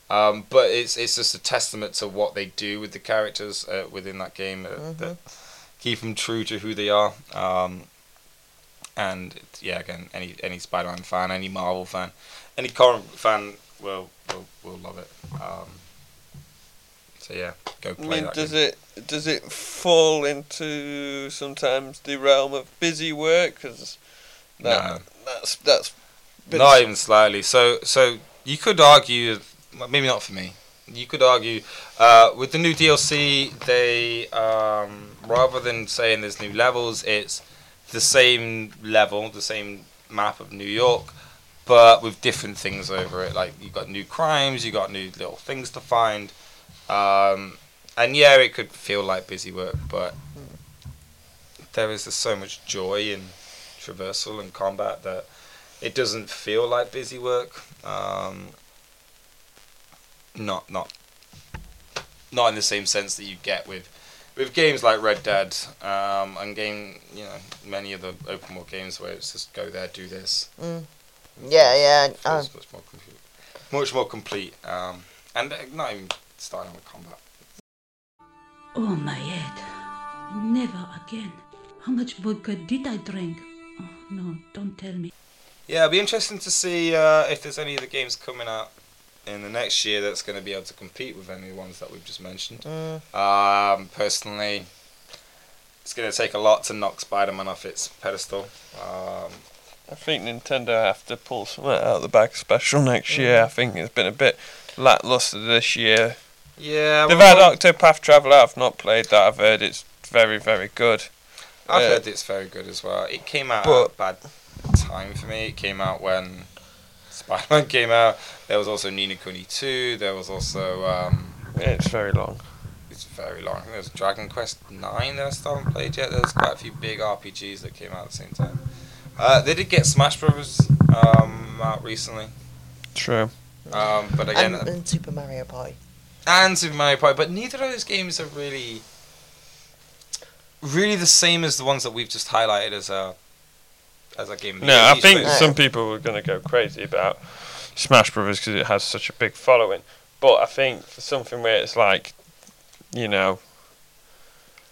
Um, but it's it's just a testament to what they do with the characters uh, within that game uh, that
Mm-hmm.
keep them true to who they are. Um, and yeah, again, any any Spider-Man fan, any Marvel fan, any current fan will will, will love it. Um, so yeah, go
I
play
mean,
that.
does
game.
it does it fall into sometimes the realm of busy work? Because that,
No.
that's that's been-
Not even slightly. So so you could argue, well, maybe not for me. You could argue uh, with the new DLC, they um, rather than saying there's new levels, it's the same level, the same map of New York, but with different things over it. Like you've got new crimes, you've got new little things to find, um, and yeah, it could feel like busy work, but there is just so much joy in traversal and combat that it doesn't feel like busy work. Um, not not not in the same sense that you get with with games like Red Dead um, and game you know many of the open world games where it's just go there do this.
Mm. Yeah, yeah,
It
I-
feels much more complete. Much more complete. Um, and uh, not even starting with combat.
Oh, my head. Never again. How much vodka did I drink? Oh, no, don't tell me.
Yeah, it'll be interesting to see uh, if there's any of the games coming out in the next year that's going to be able to compete with any of the ones that we've just mentioned.
Mm.
Um, personally, it's going to take a lot to knock Spider-Man off its pedestal. Um,
I think Nintendo have to pull something out of the bag special next
Mm.
year. I think it's been a bit lackluster this year.
yeah,
They've had
well,
Octopath Traveler. I've not played that. I've heard it's very very good.
I've
yeah.
heard it's very good as well. It came out at a bad time for me. It came out when Spider-Man came out. There was also Nina Kuni 2. There was also um,
It's very long.
it's very long. I think there's Dragon Quest Nine that I still haven't played yet. There's quite a few big RPGs that came out at the same time. Uh, they did get Smash Brothers um, out recently,
True.
um, but again,
And, and Super Mario Party.
and Super Mario Party, but neither of those games are really, really the same as the ones that we've just highlighted as a, as a game. of the
No,
year.
I
Each
think
place-
some people were going to go crazy about Smash Brothers because it has such a big following. But I think for something where it's like, you know,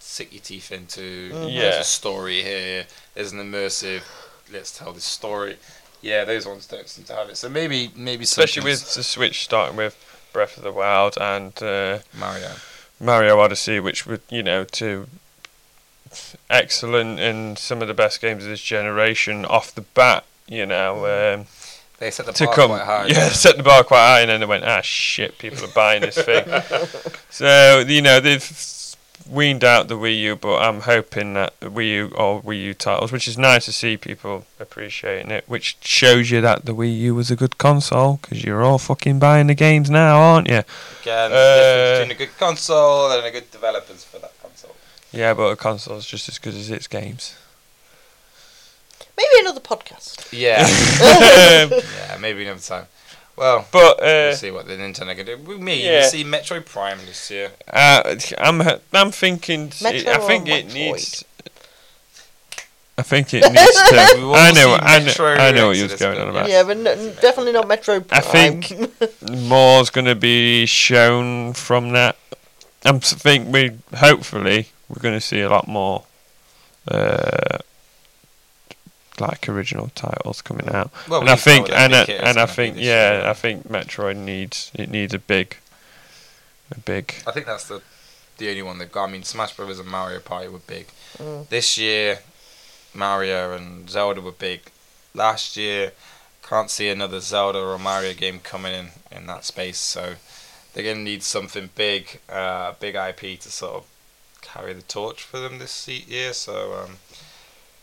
Sink your teeth into.
Mhm.
Yeah.
There's a story here. There's an immersive. Let's tell this story. Yeah, those ones don't seem to have it. So maybe, maybe
especially
something's-
with the Switch starting with Breath of the Wild and uh,
Mario.
Mario Odyssey, which were, you know, two excellent and some of the best games of this generation off the bat, you know. Um,
They set the
to
bar
come.
quite high.
Yeah, set the bar quite high, and then they went, ah, shit, people are buying this thing. so you know they've weaned out the Wii U, but I'm hoping that the Wii U or Wii U titles, which is nice to see people appreciating it, which shows you that the Wii U was a good console because you're all fucking buying the games now, aren't you? Uh,
Again, the difference between a good console and a good developers for that console.
Yeah, but a console's just as good as its games.
Maybe another podcast.
Yeah.
Um,
yeah. Maybe another time. Well,
but
We'll
uh,
see what the Nintendo can do. We may
Yeah.
even see Metroid Prime this year.
uh, I'm I'm thinking.
Metro
I think
or
it
Metroid?
needs. I think it needs to.
We will
I know.
see
I know.
Metro
I know what
Exodus,
you're going
but
on
yeah.
about.
Yeah, but n- n- definitely not Metro
I
Prime.
think- more's going to be shown from that. I think we hopefully we're going to see a lot more uh, like original titles coming out.
Well,
and
we
I
just know
think
what that
and I,
big hit is
and I
gonna be
think
this
yeah,
year.
I think Metroid needs it needs a big a big
I think that's the the only one they've got. I mean, Smash Brothers and Mario Party were big. This year, Mario and Zelda were big. Last year, can't see another Zelda or Mario game coming in in that space. So they're gonna need something big, uh, big IP to sort of carry the torch for them this se- year. So um,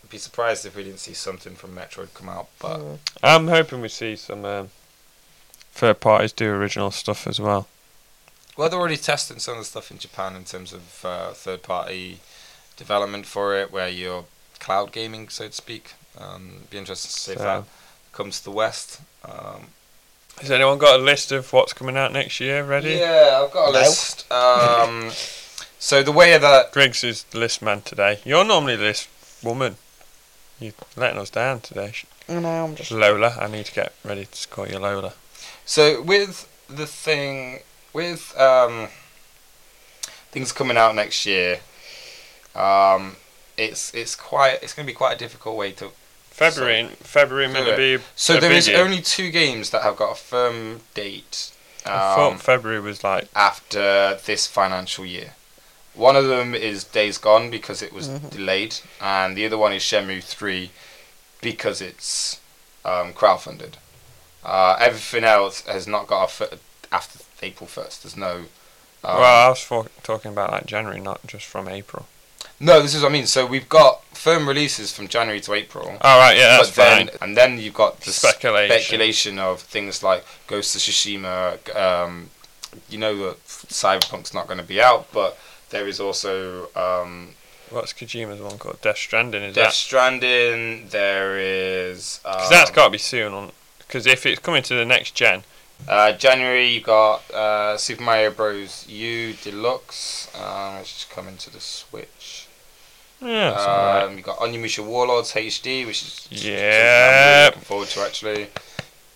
I'd be surprised if we didn't see something from Metroid come out, but.
I'm hoping we see some um, third parties do original stuff as well.
Well, they're already testing some of the stuff in Japan in terms of uh, third party development for it, where you're cloud gaming, so to speak. Um, be interesting to see if
So-
that comes to the West. Um,
Has anyone got a list of what's coming out next year ready?
yeah, I've got a
No.
list. Um, so the way that
Griggs is the list man today. You're normally the list woman. You're letting us down today.
No, I'm just.
Lola, I need to get ready to call you Lola.
so with the thing with um, things coming out next year? Um, it's it's quite it's going to be quite a difficult way to.
February, February meant to be.
So
a
there
big
is
year.
only two games that have got a firm date
I
um,
thought February was like
after this financial year. One of them is Days Gone because it was delayed, and the other one is Shenmue Three because it's um, crowdfunded. Uh, everything else has not got a fir- after April first. There's no. Um,
well, I was for, talking about like January, not just from April.
No, this is what I mean. So we've got firm releases from January to April.
All Oh, right, yeah, that's
but then,
fine.
And then you've got the
Speculation.
speculation of things like Ghost of Tsushima. Um, you know that Cyberpunk's not going to be out, but there is also um,
What's Kojima's one called? Death Stranding is
Death
that?
Stranding. There is
Because
um,
that's got to be soon on. Because if it's coming to the next gen,
uh, January. You got uh, Super Mario Bros. U Deluxe, um, which is coming to the Switch.
yeah, that's alright.
Um, you got Onimusha Warlords HD, which is
Yeah.
something I'm really looking forward to actually.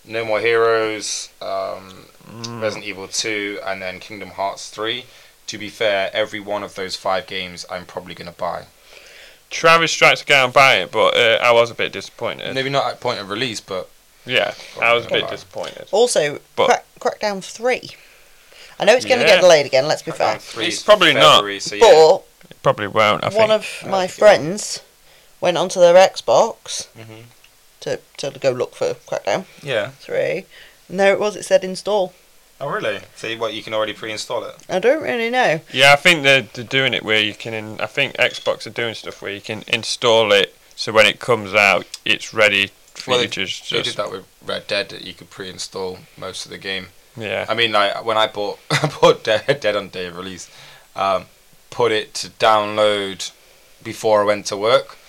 No More Heroes, um,
Mm.
Resident Evil 2, and then Kingdom Hearts 3. To be fair, every one of those five games I'm probably going to buy.
Travis tried to go and buy it, but uh, I was a bit disappointed.
Maybe not at point of release, but
Yeah, I was a bit
Alright.
disappointed.
Also,
But-
crack, Crackdown 3. I know it's going to
Yeah.
get delayed again, let's be fair.
Crackdown 3
It's
is
probably not,
February, So yeah.
But
It probably won't. I
one
think.
of
I
my
think it will.
friends went onto their Xbox
Mm-hmm.
Mhm.
to, to go look for Crackdown
yeah.
3. And there it was, it said install.
Oh really? So what you can already pre-install it?
I don't really know.
yeah, I think they're, they're doing it where you can. In, I think Xbox are doing stuff where you can install it, so when it comes out, it's ready. for
Well,
you to just,
They did that with Red Dead that you could pre-install most of the game.
yeah.
I mean, like when I bought I bought Dead, Dead on day of release, um, put it to download before I went to work.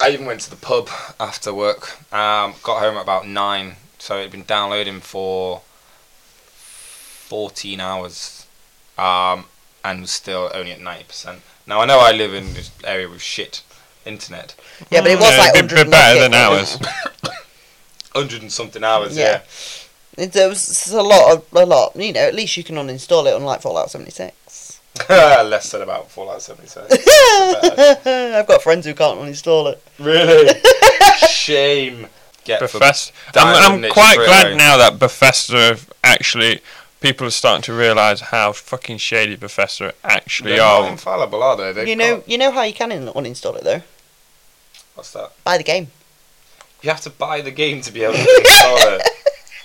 I even went to the pub after work. Um, got home at about nine, so it had been downloading for fourteen hours, um, and was still only at ninety percent. Now I know I live in this area with shit internet,
Yeah, but it was
Yeah,
like
a
100
bit- bit
and
better
nothing.
than ours.
hundred and something hours.
Yeah.
Yeah.
It- There was it's a lot of, a lot. You know, at least you can uninstall it, unlike Fallout 76.
Less said about Fallout seventy seven.
I've got friends who can't uninstall it.
Really? Shame. Get
Bethesda.
Diamond
I'm, I'm
Niche
quite
straight
glad
away.
now that Bethesda have actually people are starting to realise how fucking shady Bethesda
for,
actually
they're
are.
not infallible, are they? They've
you know,
got-
you know how you can in- uninstall it though.
what's that?
Buy the game.
You have to buy the game to be able to install it.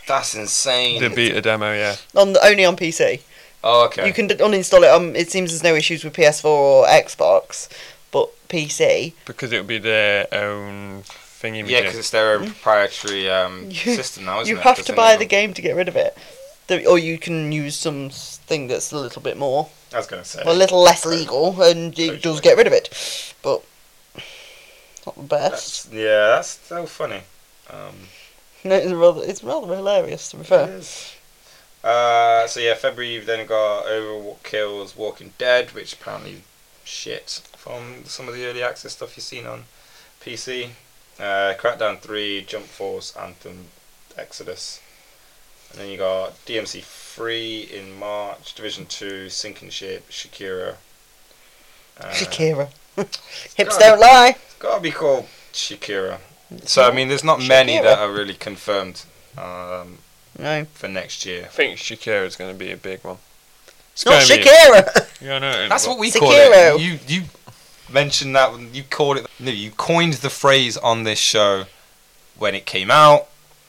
That's insane.
The beta demo, yeah.
On the, only on PC.
oh, okay.
You can d- uninstall it. Um, it seems there's no issues with PS4 or Xbox, but PC.
Because it would be their own thingy.
yeah, because it's their own proprietary um,
You-
system now, isn't
you
it?
have
'Cause
to
then
buy
you-
the game to get rid of it. The- Or you can use some s- thing that's a little bit more,
I was going to say.
well, a little less legal, and it does get rid of it. But not the best.
that's, yeah, that's so funny. Um,
No, it's rather, it's rather hilarious to be
it
fair.
is. Uh, so yeah, February you've then got Overkill's Walking Dead, which apparently shit from some of the early access stuff you've seen on PC. Uh, Crackdown 3, Jump Force, Anthem, Exodus. And then you got DMC 3 in March, Division 2, Sinking Ship, Shakira. Uh,
Shakira. Hips
God.
don't lie.
It's gotta be called Shakira. So, I mean, there's not many
Shakira.
that are really confirmed um,
No,
for next year.
I think Shakira's going to be a big one.
it's not
gonna be-
Shakira.
Yeah, I know.
That's
Well,
what we
Sekiro.
call it. You you mentioned that when you called it. No, you coined the phrase on this show when it came out.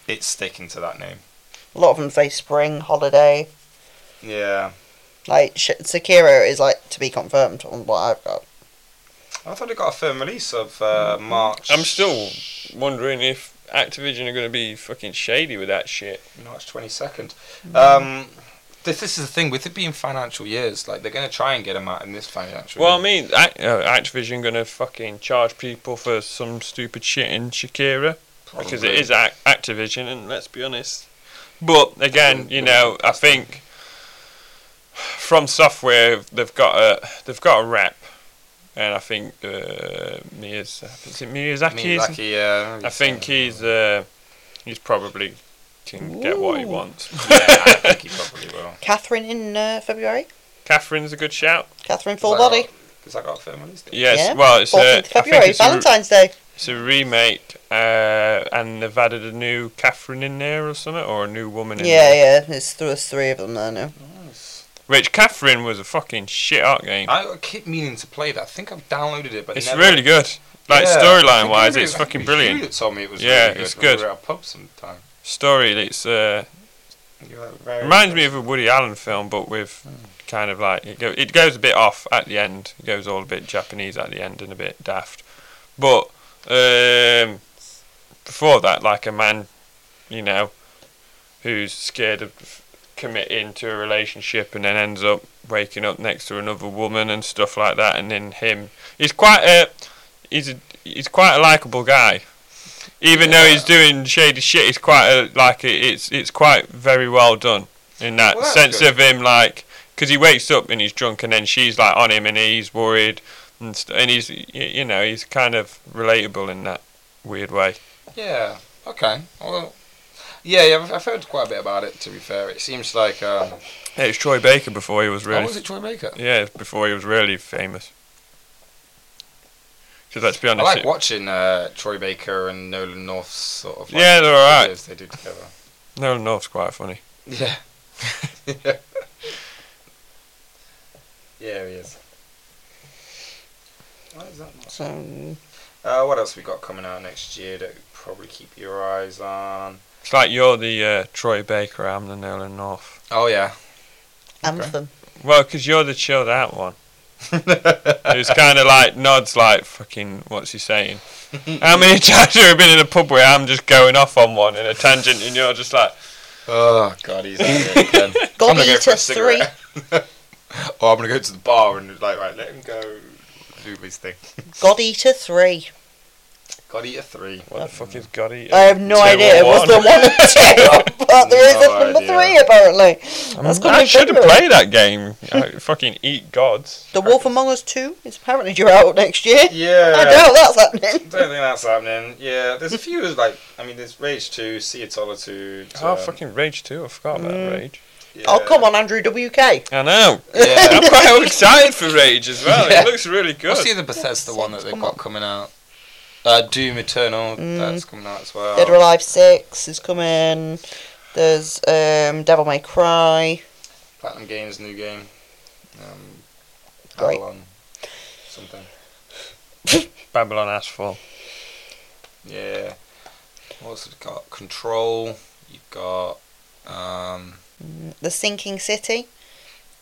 It's sticking to that name.
a lot of them say spring holiday.
Yeah,
Like Sh- Shakira is like to be confirmed on what I've got.
I thought it got a firm release of uh, March.
Mm-hmm. I'm still wondering if Activision are going to be fucking shady with that shit.
March twenty second.
Mm-hmm.
Um, this this is the thing with it being financial years. Like they're gonna try and get them out in this financial.
Well, I
year.
mean, Ac- uh, Activision going to fucking charge people for some stupid shit in Shakira because it
Probably.
is Ac- Activision, and let's be honest. But again, you know, I think from software they've got a they've got a rep, and I think uh, Miyaz- is it Miyazaki?
I mean,
isn't
lucky. Uh,
I think he's uh, he's probably can get what he
Ooh.
wants.
yeah, I think he probably will.
Catherine in uh, February.
Catherine's a good shout.
Catherine Full Body.
Because I got a film release date.
Yes, well, it's, uh,
14th
I think
February,
it's a-
Valentine's Day.
It's a remake, uh, and they've added a new Catherine in there or something, or a new woman in
Yeah,
there.
yeah. There's, th- there's three of them there now.
Which Catherine was a fucking shit art game.
I keep meaning to play that. I think I've downloaded it, but
it's
never.
really good. Like
Yeah. I
storyline
think
wise,
maybe-
it's
I think
fucking
it was You
brilliant.
that told me it was
Yeah,
really good.
it's
when we
good.
were at a pub sometime.
Story, it's uh,
You were very
reminds me of a Woody Allen film, but with kind of like it, go, it goes a bit off at the end. It goes all a bit Japanese at the end and a bit daft. But um, before that, like a man, you know, who's scared of committing to a relationship and then ends up waking up next to another woman and stuff like that. And then him, he's quite a he's a, he's quite a likable guy. Even though he's doing shady shit, he's quite a, like it's it's quite very well done in that
Well, that's
sense
good.
of him like because he wakes up and he's drunk and then she's like on him and he's worried and st- and he's y- you know he's kind of relatable in that weird way.
Yeah. Okay. Well. Yeah, yeah. I've, I've heard quite a bit about it. To be fair, it seems like. Um,
Yeah, it's Troy Baker before he was
really?
really
Oh, was it Troy Baker?
yeah before he was really famous. Because let's be
I
honest,
like
it-
watching uh, Troy Baker and Nolan North's sort of. Like,
Yeah, they're alright.
videos They do together.
Nolan North's quite funny.
Yeah. yeah. Yeah, he is. Why is that not-
So,
Uh, what else we got coming out next year that probably keep your eyes on?
It's like you're the uh, Troy Baker, I'm the Nolan North.
Oh yeah.
Anthem.
Well, 'cause you're the chilled out one. It's kind of like nods, like fucking, what's he saying? How many times have you been in a pub where I'm just going off on one in a tangent, and you're just like,
oh god, he's out there again.
God
I'm gonna go
Eater
for
3.
a cigarette. or I'm gonna go to the bar and like right, let him go do his thing.
God Eater 3.
God eat a three.
what the fuck is God eating?
I have no idea. It was the one and two, but there is
No
a number
idea.
three apparently. That's gonna
I
be
should have
February.
played that game. I fucking eat gods.
The Wolf Among Us 2 is apparently due out next year.
Yeah.
I doubt that's happening.
Don't think that's happening. Yeah, there's a few like I mean, there's Rage Two, Sea of Solitude.
Oh,
um,
fucking Rage 2. I forgot about
Mm.
Rage.
yeah.
Oh, come on, Andrew WK.
I know.
Yeah.
I'm quite excited for Rage as well.
Yeah.
It looks really good.
What's the other Bethesda one that they've got coming out? Uh, Doom Eternal,
Mm.
that's coming out as
Oh.
well.
Dead or Alive 6 is coming. There's um, Devil May Cry.
Platinum Games, new game. Um,
Great.
Avalon, something.
Babylon Asphalt.
Yeah. What else have we got? Control. You've got. Um,
The Sinking City.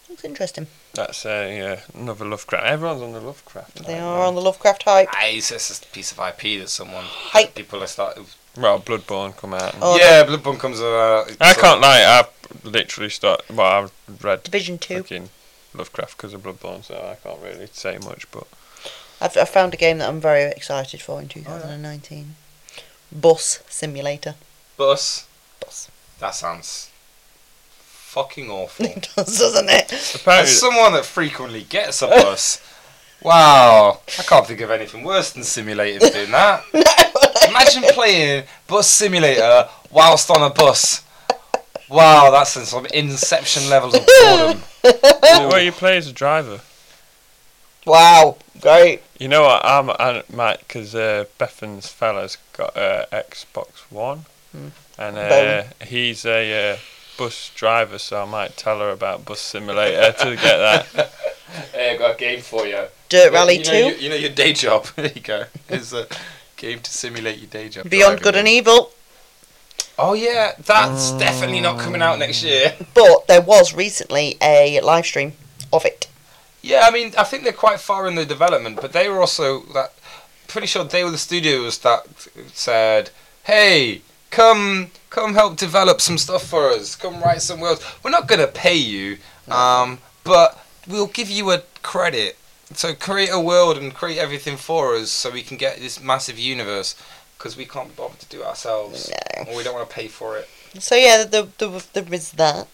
Looks interesting.
That's a, uh, another Lovecraft. Everyone's on the Lovecraft.
They
aren't
are on the Lovecraft hype.
I- ah, it's just a piece of IP that someone.
Hype.
People are starting.
Well, Bloodborne come out. and-
Oh,
yeah, Bloodborne comes out. it's
I
like-
can't lie. I literally start. Well, I've read
Division 2.
fucking Lovecraft because of Bloodborne, so I can't really say much. But
I've, I've found a game that I'm very excited for in 2019. Bus Simulator.
Bus.
Bus.
That sounds fucking awful.
It does, doesn't it?
apparently,
As someone that frequently gets a bus, wow, I can't think of anything worse than simulating doing that. Imagine playing bus simulator whilst on a bus. Wow, that's in some inception levels of boredom.
well, you play as a driver.
Wow. Great.
You know what? I'm I might because uh, Bethan's fella's got uh, Xbox One, and uh, he's a uh, bus driver, so I might tell her about Bus Simulator to get that.
Hey, I've got a game for you.
Dirt Rally
you
2.
know, You, you know your day job. there you go. It's a game to simulate your day job.
Beyond
Driving
Good and
game.
Evil.
Oh yeah, that's definitely not coming out next year.
But there was recently a live stream of it.
Yeah, I mean, I think they're quite far in the development, but they were also that. Pretty sure they were the studios that said, "Hey, come, come help develop some stuff for us. Come write some words. We're not gonna pay you, um, but we'll give you a credit. So create a world and create everything for us, so we can get this massive universe." Because we can't be bothered to do it ourselves,
No.
or we don't want to pay for it.
So yeah, there, there, there is that.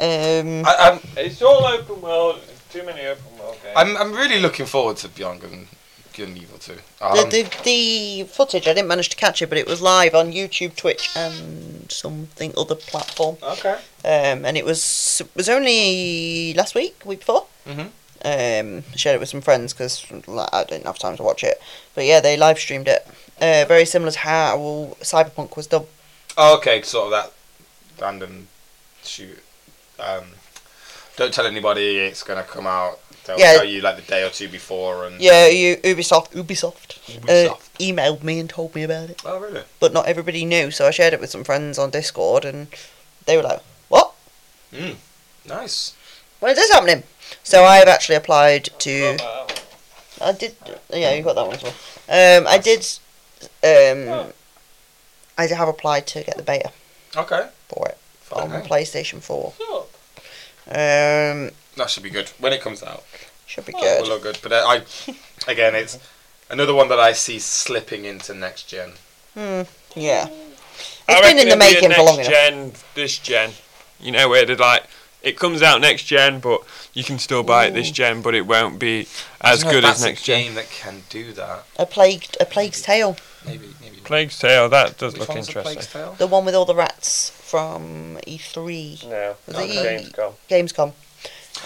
Um,
I,
It's all open world. Too many open world games.
I'm, I'm, I'm really looking forward to Beyond Good and Good and Evil 2.
The,
Um,
the, the footage, I didn't manage to catch it, but it was live on YouTube, Twitch, and something other platform.
okay.
Um, and it was it was only last week, week before.
Mhm.
Um, I shared it with some friends because I didn't have time to watch it. But yeah, they live streamed it. Uh, very similar to how Cyberpunk was done.
Oh, okay, sort of that random shoot. Um, don't tell anybody it's going to come out. They'll
Yeah.
tell you like the day or two before. and
Yeah, you, Ubisoft, Ubisoft, Uh,
Ubisoft.
emailed me and told me about it,
Oh, really?
but not everybody knew. So I shared it with some friends on Discord, and they were like, "What?
Mm. Nice.
When is this happening?" So I have actually applied to. I did. Yeah, you got that one as well. Um, I did. Um, I have applied to get the beta
Okay.
for it on
Fine. eh?
PlayStation Four. Um,
That should be good when it comes out.
should be
It will
good.
look good. But uh, I, again, it's another one that I see slipping into next gen.
Hmm, Yeah,
I
it's
reckon
been in the
it'll be a
making for long
next
enough.
gen, this gen, you know, where they're like, it comes out next gen, but you can still buy it this gen, but it won't be as
No,
good
that's
as next
a
gen.
game that can do that.
A plague, a plague's tale,
Maybe, maybe.
Plague's Tale, that does
Which
look
one's the Plague's
interesting.
Tale?
the one with all the rats from E three.
No,
Was it E-
Gamescom.
Gamescom?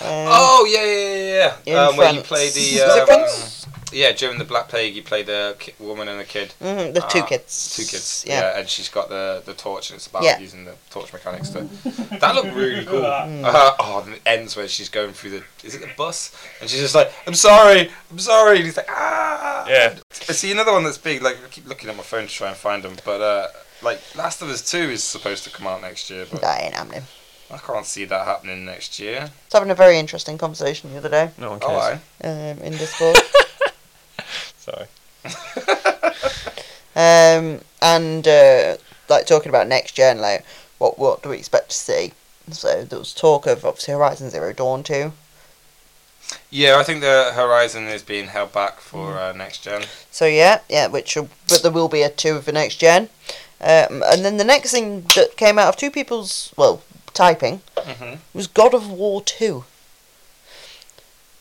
Um,
Oh yeah, yeah, yeah,
In
yeah. Um, where you
France.
play
Was
the
it
um,
France?
yeah during the Black Plague, you play the ki- woman and the kid,
mhm, the two
Ah,
kids.
two kids. Yeah. and she's got the the torch, and it's about
Yeah.
using the torch mechanics to. That looked really cool.
Mm.
Uh, oh, and it ends where she's going through the is it the bus, and she's just like, "I'm sorry, I'm sorry." And he's like, "Ah."
Yeah.
I see another one that's big. Like I keep looking at my phone to try and find them, but uh, like Last of Us Two is supposed to come out next year, but
That ain't happening.
I can't see that happening next year.
I was having a very interesting conversation the other day
No one cares.
Oh, I.
um, in Discord.
Sorry.
Um, and uh, like talking about next gen, like what what do we expect to see? So there was talk of obviously Horizon Zero Dawn two.
Yeah, I think the Horizon is being held back for uh, next gen.
So yeah, yeah, which will- but there will be a two for next gen. Um, and then the next thing that came out of two people's well typing
Mm-hmm.
was God of War two.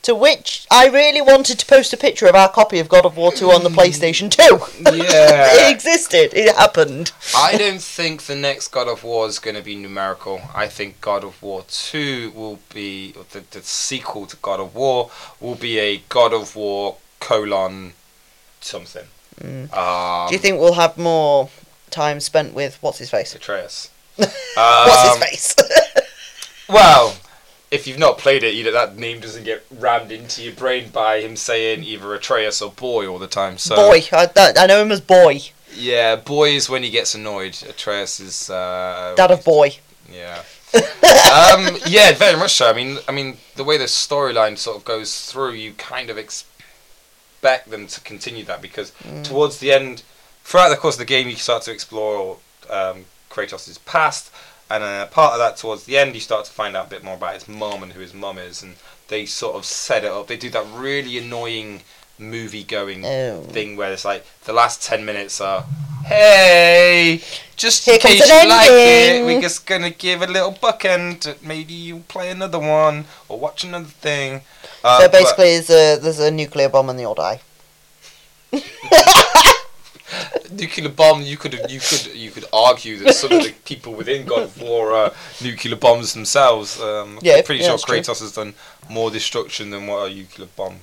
To which I really wanted to post a picture of our copy of God of War two on the PlayStation two.
Yeah.
it existed. It happened.
I don't think the next God of War is going to be numerical. I think God of War 2 will be, or the, the sequel to God of War, will be a God of War colon something. Um,
Do you think we'll have more time spent with what's his face?
Atreus.
What's
Um,
his face?
Well, if you've not played it, you know, that name doesn't get rammed into your brain by him saying either Atreus or boy all the time. So
boy. I, that, I know him as boy.
Yeah, boy is when he gets annoyed. Atreus is uh,
Dad of boy.
Yeah. um, yeah, very much so. I mean, I mean, the way the storyline sort of goes through, you kind of expect them to continue that because towards the end, throughout the course of the game, you start to explore um, Kratos' past, and then a part of that towards the end, you start to find out a bit more about his mum and who his mum is, and they sort of set it up. They do that really annoying movie-going
Oh.
thing where it's like the last 10 minutes are hey just in
Here comes
case
an
you like it
ending."
we're just gonna give a little bookend maybe you play another one or watch another thing uh,
so
but-
basically, there's a, there's a nuclear bomb and they all die.
nuclear bomb you could you could you could argue that some of the people within God of War are nuclear bombs themselves um,
Yeah,
I'm pretty
yeah,
sure
that's true.
Kratos has done more destruction than what a nuclear bomb